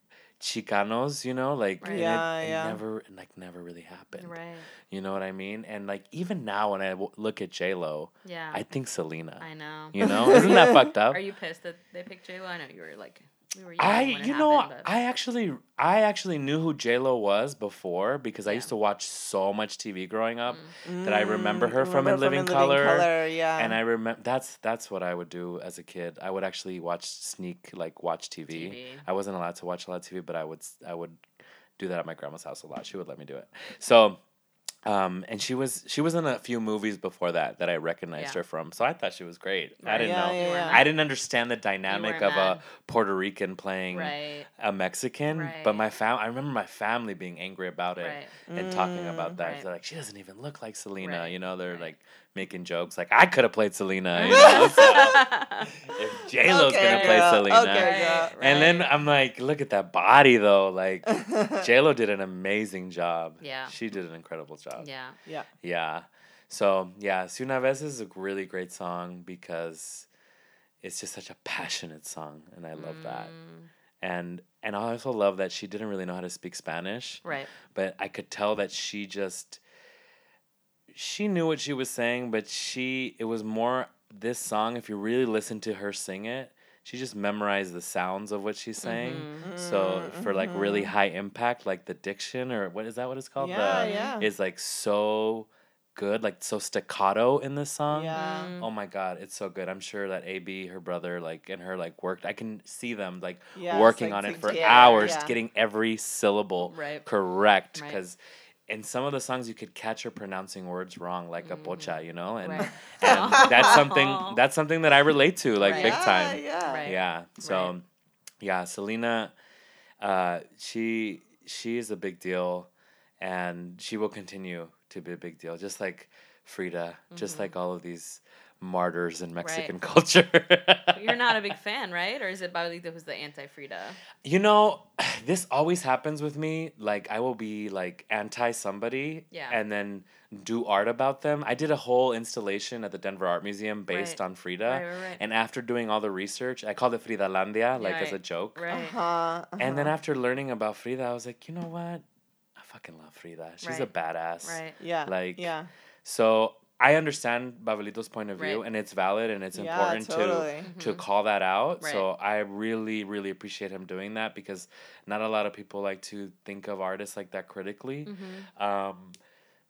Speaker 4: Chicanos, you know, like and it-
Speaker 3: Yeah,
Speaker 4: it,
Speaker 3: yeah.
Speaker 4: never like never really happened.
Speaker 2: Right.
Speaker 4: You know what I mean? And like even now when I w- look at J Lo,
Speaker 2: Yeah.
Speaker 4: I think Selena.
Speaker 2: I know.
Speaker 4: You know, isn't
Speaker 2: [laughs]
Speaker 4: that fucked up?
Speaker 2: Are you pissed that they picked J Lo? I know you were like, we were. young
Speaker 4: I
Speaker 2: when it
Speaker 4: you know
Speaker 2: happened, but-
Speaker 4: I actually I actually knew who J Lo was before because I
Speaker 2: Yeah. Mm.
Speaker 4: used to watch so much TV growing up that I Mm, remember her from In
Speaker 3: Remember
Speaker 4: Living, Color,
Speaker 3: yeah.
Speaker 4: and I remember that's that's what I would do as a kid. I would actually watch sneak like watch TV.
Speaker 2: TV.
Speaker 4: I wasn't allowed to watch a lot of TV, but I would s- I would do that at my grandma's house a lot. She would let me do it. So. Um, and she was she was in a few movies before that that I recognized
Speaker 2: Yeah.
Speaker 4: her from, so I thought she was great. I
Speaker 2: Right.
Speaker 4: didn't
Speaker 3: Yeah,
Speaker 4: know.
Speaker 3: yeah, yeah.
Speaker 4: I didn't understand the dynamic
Speaker 2: were
Speaker 4: of
Speaker 2: mad.
Speaker 4: a Puerto Rican playing
Speaker 2: [laughs] Right.
Speaker 4: a Mexican,
Speaker 2: Right.
Speaker 4: but my fam I remember my family being angry about it
Speaker 2: Right.
Speaker 4: and talking about that.
Speaker 2: Right.
Speaker 4: They're like, she doesn't even look like Selena.
Speaker 2: Right,
Speaker 4: You know, they're
Speaker 2: right.
Speaker 4: like making jokes like I could have played Selena.
Speaker 2: [laughs]
Speaker 4: You know? so if J Lo's gonna play
Speaker 3: girl.
Speaker 4: Selena.
Speaker 3: Okay, girl.
Speaker 2: Right.
Speaker 4: And then I'm like, look at that body though.
Speaker 2: [laughs]
Speaker 4: Like J Lo did an amazing job.
Speaker 2: Yeah.
Speaker 4: She did an incredible job.
Speaker 2: Yeah.
Speaker 3: Yeah.
Speaker 4: Yeah. So yeah, Si Una Vez is a really great song because it's just such a passionate song and I love that. And and I also love that she didn't really know how to speak Spanish.
Speaker 2: Right.
Speaker 4: But I could tell that she just she knew what she was saying, but she it was more this song, if you really listen to her sing it, she just memorized the sounds of what she's saying.
Speaker 2: Mm-hmm.
Speaker 4: So
Speaker 3: Mm-hmm,
Speaker 4: for like really high impact, like the diction or what is that what it's called?
Speaker 3: Yeah,
Speaker 4: the,
Speaker 3: yeah.
Speaker 4: is like so good, like so staccato in this song.
Speaker 3: Yeah.
Speaker 2: Mm-hmm.
Speaker 4: Oh my god, it's so good. I'm sure that AB, her brother, like and her like worked. I can see them like
Speaker 3: Yes,
Speaker 4: working
Speaker 3: like,
Speaker 4: on it for
Speaker 3: together,
Speaker 4: hours,
Speaker 3: yeah.
Speaker 4: getting every syllable
Speaker 2: Right.
Speaker 4: correct
Speaker 2: Right.
Speaker 4: because in some of the songs you could catch her pronouncing words wrong like a bocha, you know? And,
Speaker 2: Right.
Speaker 4: and that's something that's something that I relate to like
Speaker 2: Right.
Speaker 4: big
Speaker 3: yeah,
Speaker 4: time.
Speaker 3: Yeah.
Speaker 2: Right.
Speaker 4: Yeah. So,
Speaker 2: Right.
Speaker 4: yeah, Selena, uh, she she is a big deal, and she will continue to be a big deal, just like Frida, just
Speaker 2: Mm-hmm.
Speaker 4: like all of these martyrs in Mexican [laughs] culture.
Speaker 2: But you're not a big fan, right? Or is it Babalito who's the anti Frida?
Speaker 4: you know, [sighs] this always happens with me. Like I will be like anti somebody,
Speaker 2: Yeah.
Speaker 4: and then do art about them. I did a whole installation at the Denver Art Museum based
Speaker 2: Right.
Speaker 4: on Frida,
Speaker 2: Right, right, right.
Speaker 4: and after doing all the research, I called it Fridalandia, like
Speaker 2: Right.
Speaker 4: as a joke.
Speaker 2: Right.
Speaker 3: Uh,
Speaker 2: uh-huh.
Speaker 4: And then after learning about Frida, I was like, you know what? I fucking love Frida. She's a
Speaker 2: Right.
Speaker 4: badass.
Speaker 2: Right.
Speaker 3: yeah.
Speaker 4: Like-
Speaker 3: yeah.
Speaker 4: So I understand Babalito's point of view,
Speaker 2: Right. Mm-hmm.
Speaker 4: and it's valid and it's
Speaker 3: Yeah,
Speaker 4: important
Speaker 3: totally.
Speaker 4: to to call that out.
Speaker 2: Right.
Speaker 4: So I really, really appreciate him doing that because not a lot of people like to think of artists like that critically.
Speaker 2: Mm-hmm.
Speaker 4: Um,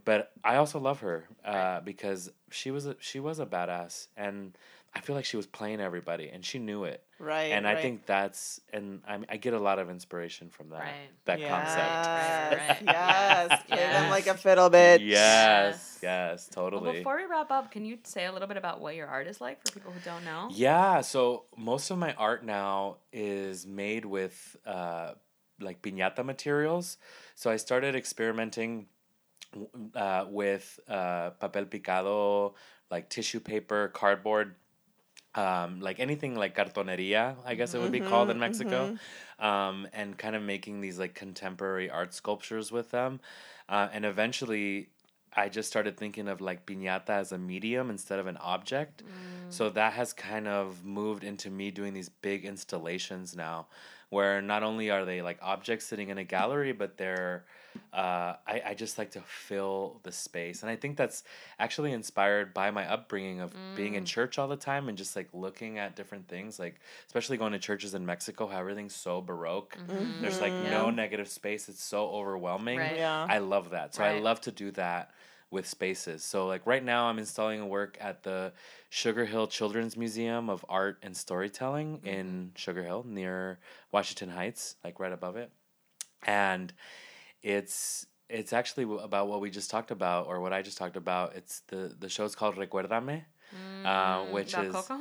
Speaker 4: but I also love her uh, because she was a, she was a badass, and I feel like she was playing everybody, and she knew it.
Speaker 3: Right.
Speaker 4: and I
Speaker 3: right.
Speaker 4: think that's and I, I get a lot of inspiration from that
Speaker 2: Right.
Speaker 4: that concept.
Speaker 3: Yes,
Speaker 4: [laughs]
Speaker 2: right.
Speaker 3: Yes. Play them
Speaker 2: Yes.
Speaker 3: like a fiddle bitch.
Speaker 4: Yes,
Speaker 2: Yes.
Speaker 4: yes,
Speaker 2: Well,
Speaker 4: totally.
Speaker 2: before we wrap up, can you say a little bit about what your art is like for people who don't know?
Speaker 4: Yeah, so most of my art now is made with uh, like piñata materials. So I started experimenting w- uh, with uh, papel picado, like tissue paper, cardboard, um, like anything like cartoneria, I guess it would be called in Mexico, um, and kind of making these like contemporary art sculptures with them. Uh, and eventually, I just started thinking of like piñata as a medium instead of an object. So that has kind of moved into me doing these big installations now, where not only are they like objects sitting in a gallery, but they're uh, I, I just like to fill the space. And I think that's actually inspired by my upbringing of being in church all the time and just like looking at different things, like especially going to churches in Mexico, how everything's so Baroque. There's like no negative space, it's so overwhelming.
Speaker 2: Mm-hmm. Right.
Speaker 3: Yeah.
Speaker 4: I love that. So I
Speaker 2: Uh-huh. Right.
Speaker 4: love to do that with spaces. So like right now I'm installing a work at the Sugar Hill Children's Museum of Art and Storytelling
Speaker 2: Mm-hmm.
Speaker 4: in Sugar Hill near Washington Heights, like right above it. And it's it's actually w- about what we just talked about or what I just talked about. It's the the show's called Recuérdame, uh, which
Speaker 2: Mm-hmm. Mm, about
Speaker 4: is
Speaker 2: Coco?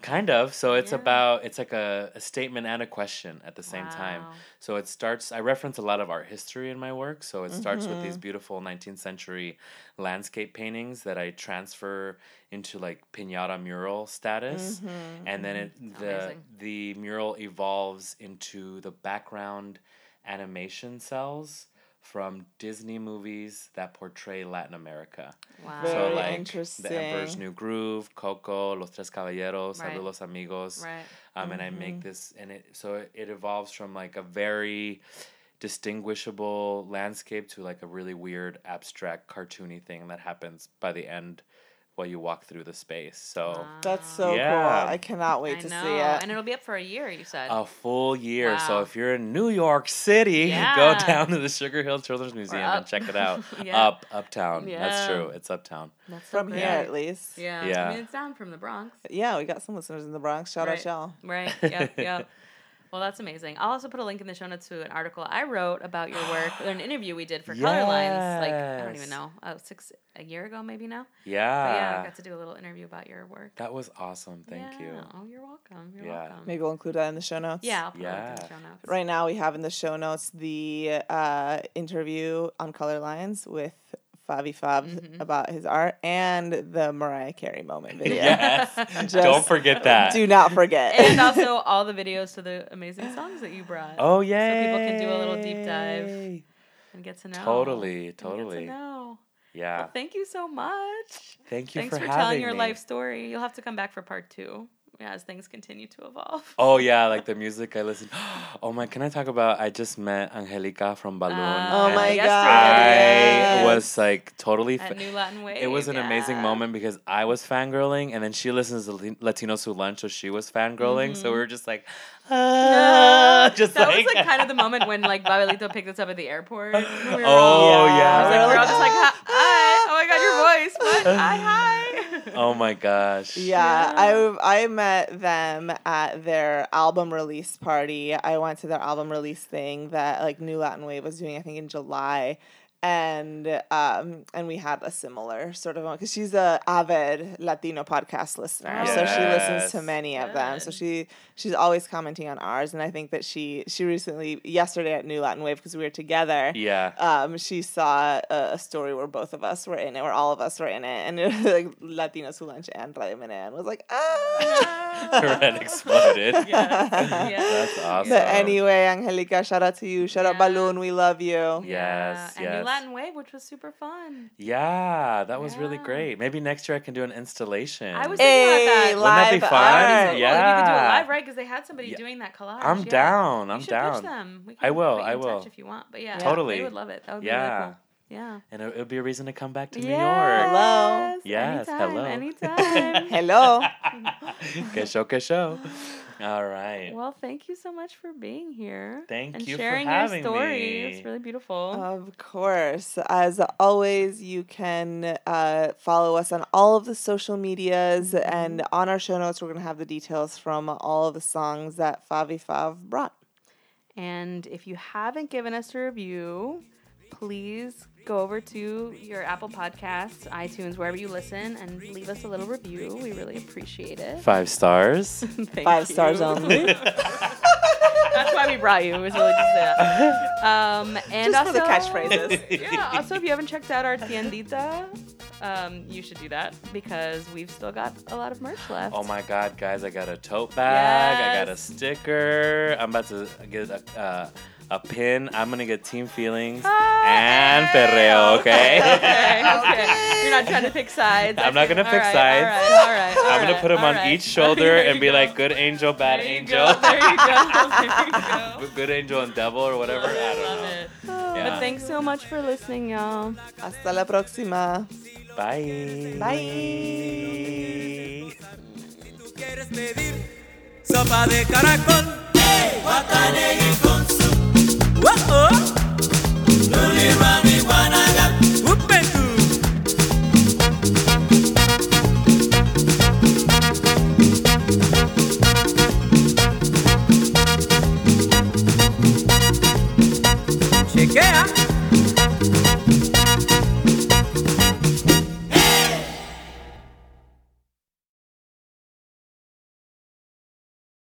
Speaker 4: Kind of. So it's
Speaker 2: Yeah.
Speaker 4: about it's like a, a statement and a question at the same time.
Speaker 2: Wow.
Speaker 4: So it starts I reference a lot of art history in my work. So it starts with
Speaker 2: Mm-hmm.
Speaker 4: these beautiful nineteenth century landscape paintings that I transfer into like pinata mural status. And then it the
Speaker 2: Mm-hmm. Amazing.
Speaker 4: the mural evolves into the background animation cells from Disney movies that portray Latin America.
Speaker 2: Wow.
Speaker 3: Very
Speaker 4: so like
Speaker 3: interesting.
Speaker 4: the Emperor's New Groove, Coco, Los Tres Caballeros,
Speaker 2: Right.
Speaker 4: Saludos Amigos,
Speaker 2: Right.
Speaker 4: um, and I
Speaker 2: Mm-hmm.
Speaker 4: make this, and it so it, it evolves from like a very distinguishable landscape to like a really weird abstract cartoony thing that happens by the end while you walk through the space. So.
Speaker 3: That's so
Speaker 4: Yeah.
Speaker 3: cool. I cannot wait
Speaker 2: I
Speaker 3: to
Speaker 2: know.
Speaker 3: see it.
Speaker 2: And it'll be up for a year, you said.
Speaker 4: A full year. So
Speaker 2: Wow.
Speaker 4: if you're in New York City, [laughs] go
Speaker 2: Yeah.
Speaker 4: down to the Sugar Hill Children's Museum and
Speaker 2: up. [laughs]
Speaker 4: check it out.
Speaker 2: Yeah.
Speaker 4: Up, uptown. That's
Speaker 2: Yeah.
Speaker 4: true. It's uptown.
Speaker 2: That's so
Speaker 3: From
Speaker 2: great.
Speaker 3: here at least. Yeah.
Speaker 2: Yeah.
Speaker 4: Yeah.
Speaker 2: I mean, it's down from the Bronx.
Speaker 3: we got some listeners in the Bronx. Shout out
Speaker 2: Right.
Speaker 3: y'all.
Speaker 2: Right. Yep. Yep. Well, that's amazing. I'll also put a link in the show notes to an article I wrote about your work, or an interview we did for Colorlines. Like I don't
Speaker 4: Yes.
Speaker 2: even know, uh, six a year ago maybe now. But yeah,
Speaker 4: Yeah.
Speaker 2: I got to do a little interview about your work.
Speaker 4: that was awesome. Thank
Speaker 2: Yeah.
Speaker 4: you.
Speaker 2: Oh, you're welcome. You're
Speaker 4: Yeah.
Speaker 2: welcome.
Speaker 3: Maybe we'll include that in the show notes.
Speaker 2: Yeah. I'll put a link in
Speaker 4: Yeah.
Speaker 2: the show notes.
Speaker 3: Right now, we have in the show notes the uh, interview on Color Lines with Fabi Fab
Speaker 2: Mm-hmm.
Speaker 3: about his art and the Mariah Carey
Speaker 2: [laughs]
Speaker 3: moment
Speaker 4: [laughs]
Speaker 3: video.
Speaker 4: Yes. Don't
Speaker 3: Just
Speaker 4: forget that.
Speaker 3: Do not forget. [laughs]
Speaker 2: And also all the videos to the amazing songs that you brought.
Speaker 4: oh yeah.
Speaker 2: people can do a little deep dive. And get to know.
Speaker 4: Totally,
Speaker 2: and Oh, get to
Speaker 4: totally.
Speaker 2: know.
Speaker 4: Yeah.
Speaker 2: Well, thank you so much.
Speaker 4: Thank you
Speaker 2: Thanks
Speaker 4: for,
Speaker 2: for,
Speaker 4: having
Speaker 2: telling your
Speaker 4: me.
Speaker 2: life story. You'll have to come back for part two as things continue to
Speaker 4: [laughs]
Speaker 2: evolve.
Speaker 4: Oh yeah,
Speaker 2: [laughs]
Speaker 4: like the music I listen. [gasps] Oh my, can I talk about? I just met Angelica from Balloon.
Speaker 2: Uh,
Speaker 3: Oh my
Speaker 4: and
Speaker 3: God.
Speaker 4: I
Speaker 3: Yes.
Speaker 4: was like totally. fa-
Speaker 2: At New Latin Wave.
Speaker 4: it was an amazing
Speaker 2: yeah.
Speaker 4: moment because I was fangirling, and then she listens to Lati- Latinos Who Lunch, so she was fangirling. So we were just like, [laughs] ah, just
Speaker 2: Mm-hmm. that
Speaker 4: like,
Speaker 2: was like kind of the moment when
Speaker 4: [laughs]
Speaker 2: like Babelito picked us up at the airport. We were all,
Speaker 4: oh
Speaker 3: Yeah.
Speaker 4: yeah,
Speaker 2: we were
Speaker 3: we're
Speaker 2: all
Speaker 3: like,
Speaker 2: just like, hi, hi. oh my god, your voice, what? Hi,
Speaker 4: [laughs]
Speaker 2: hi.
Speaker 4: [laughs] oh my gosh,
Speaker 3: Yeah, I I met them at their album release party. I went to their album release thing that like New Latin Wave was doing, I think in July, and um and we had a similar sort of because she's a avid Latino podcast listener, so she listens to
Speaker 4: Yes.
Speaker 3: many of them. So
Speaker 2: Good.
Speaker 3: she she's always commenting on ours, and I think that she she recently yesterday at New Latin Wave because we were together
Speaker 4: yeah.
Speaker 3: [laughs]
Speaker 4: [laughs]
Speaker 3: um, she saw a, a story where both of us were in it, where all of us were in it, and it was like Latinos who lunch and Radio Manan was like, ah.
Speaker 4: Her head exploded.
Speaker 2: [laughs] Yeah.
Speaker 4: [laughs] That's awesome.
Speaker 3: [laughs] But anyway, Angelica, shout out to you. Shout out
Speaker 2: Yeah.
Speaker 3: Balloon, we love you.
Speaker 2: Yeah,
Speaker 4: Yes,
Speaker 2: and
Speaker 4: yes.
Speaker 2: New Latin Wave, which was super fun.
Speaker 4: Yeah, that was really
Speaker 2: Yeah.
Speaker 4: great. Maybe next year I can do an installation.
Speaker 2: I was
Speaker 3: Hey,
Speaker 2: thinking about that.
Speaker 4: that be
Speaker 3: live
Speaker 2: That'd
Speaker 4: fun?
Speaker 2: be so
Speaker 3: art.
Speaker 2: cool. uh, You could do it
Speaker 4: Yeah.
Speaker 2: live, right? Because they had somebody
Speaker 4: Yeah.
Speaker 2: doing that collage.
Speaker 4: I'm
Speaker 2: yeah.
Speaker 4: down.
Speaker 2: You
Speaker 4: I'm
Speaker 2: should pitch
Speaker 4: down.
Speaker 2: them. We
Speaker 4: I
Speaker 2: can
Speaker 4: will,
Speaker 2: put you
Speaker 4: I
Speaker 2: in touch
Speaker 4: will.
Speaker 2: if you want, but yeah,
Speaker 4: Totally.
Speaker 2: They would love it. That would
Speaker 4: Yeah.
Speaker 2: be really cool. Yeah.
Speaker 4: And it would be a reason to come back to New York.
Speaker 3: Hello.
Speaker 2: Yes,
Speaker 4: Yes,
Speaker 2: anytime,
Speaker 4: [laughs] hello.
Speaker 2: Anytime.
Speaker 3: Hello.
Speaker 2: [gasps]
Speaker 4: que show, que show. All right.
Speaker 2: Well, thank you so much for being here.
Speaker 4: Thank
Speaker 2: and
Speaker 4: you for
Speaker 2: sharing
Speaker 4: having
Speaker 2: your story.
Speaker 4: me.
Speaker 2: It's really beautiful.
Speaker 3: Of course. As always, you can uh, follow us on all of the social medias.
Speaker 2: Mm-hmm.
Speaker 3: And on our show notes, we're going to have the details from all of the songs that Favi Fav brought.
Speaker 2: And if you haven't given us a review, please go over to your Apple Podcasts, iTunes, wherever you listen, and leave us a little review. We really appreciate
Speaker 4: [laughs]
Speaker 2: it.
Speaker 4: Five
Speaker 2: [laughs]
Speaker 4: stars.
Speaker 2: Thank
Speaker 3: Five stars
Speaker 2: you.
Speaker 3: only.
Speaker 2: [laughs]
Speaker 4: [laughs]
Speaker 2: That's why we brought you. It was really just that.
Speaker 3: [laughs]
Speaker 2: Um, and
Speaker 3: Just for the
Speaker 2: also-
Speaker 3: catchphrases.
Speaker 2: [laughs] yeah. Also, if you haven't checked out our tiendita, um, you should do that because we've still got a lot of merch left.
Speaker 4: Oh my God, guys! I got a tote bag. I got a
Speaker 2: Yes.
Speaker 4: sticker. I'm about to get a uh, a pin. I'm gonna get team feelings
Speaker 2: Ah,
Speaker 4: and
Speaker 2: hey,
Speaker 4: perreo. Okay.
Speaker 2: Oh, Okay,
Speaker 4: [laughs]
Speaker 2: okay. You're not trying to pick sides.
Speaker 4: I'm not
Speaker 2: Okay,
Speaker 4: gonna
Speaker 2: all
Speaker 4: pick
Speaker 2: right,
Speaker 4: sides.
Speaker 2: All right, all right, all
Speaker 4: I'm gonna
Speaker 2: right,
Speaker 4: put them
Speaker 2: all
Speaker 4: on
Speaker 2: right.
Speaker 4: each shoulder
Speaker 2: [laughs] There
Speaker 4: and
Speaker 2: you
Speaker 4: be
Speaker 2: go.
Speaker 4: like, good angel, bad
Speaker 2: There you
Speaker 4: angel.
Speaker 2: Go, there you go. There you go.
Speaker 4: [laughs] Good angel and devil or whatever. I don't
Speaker 2: Love
Speaker 4: know.
Speaker 2: it.
Speaker 4: Yeah.
Speaker 2: But thanks so much for listening, y'all.
Speaker 3: Hasta la próxima.
Speaker 4: Bye.
Speaker 3: Bye.
Speaker 6: quieres medir sopa de caracol, guatanegui con su. Oh oh. Lulirwani guanaga. Upengu. Chequea.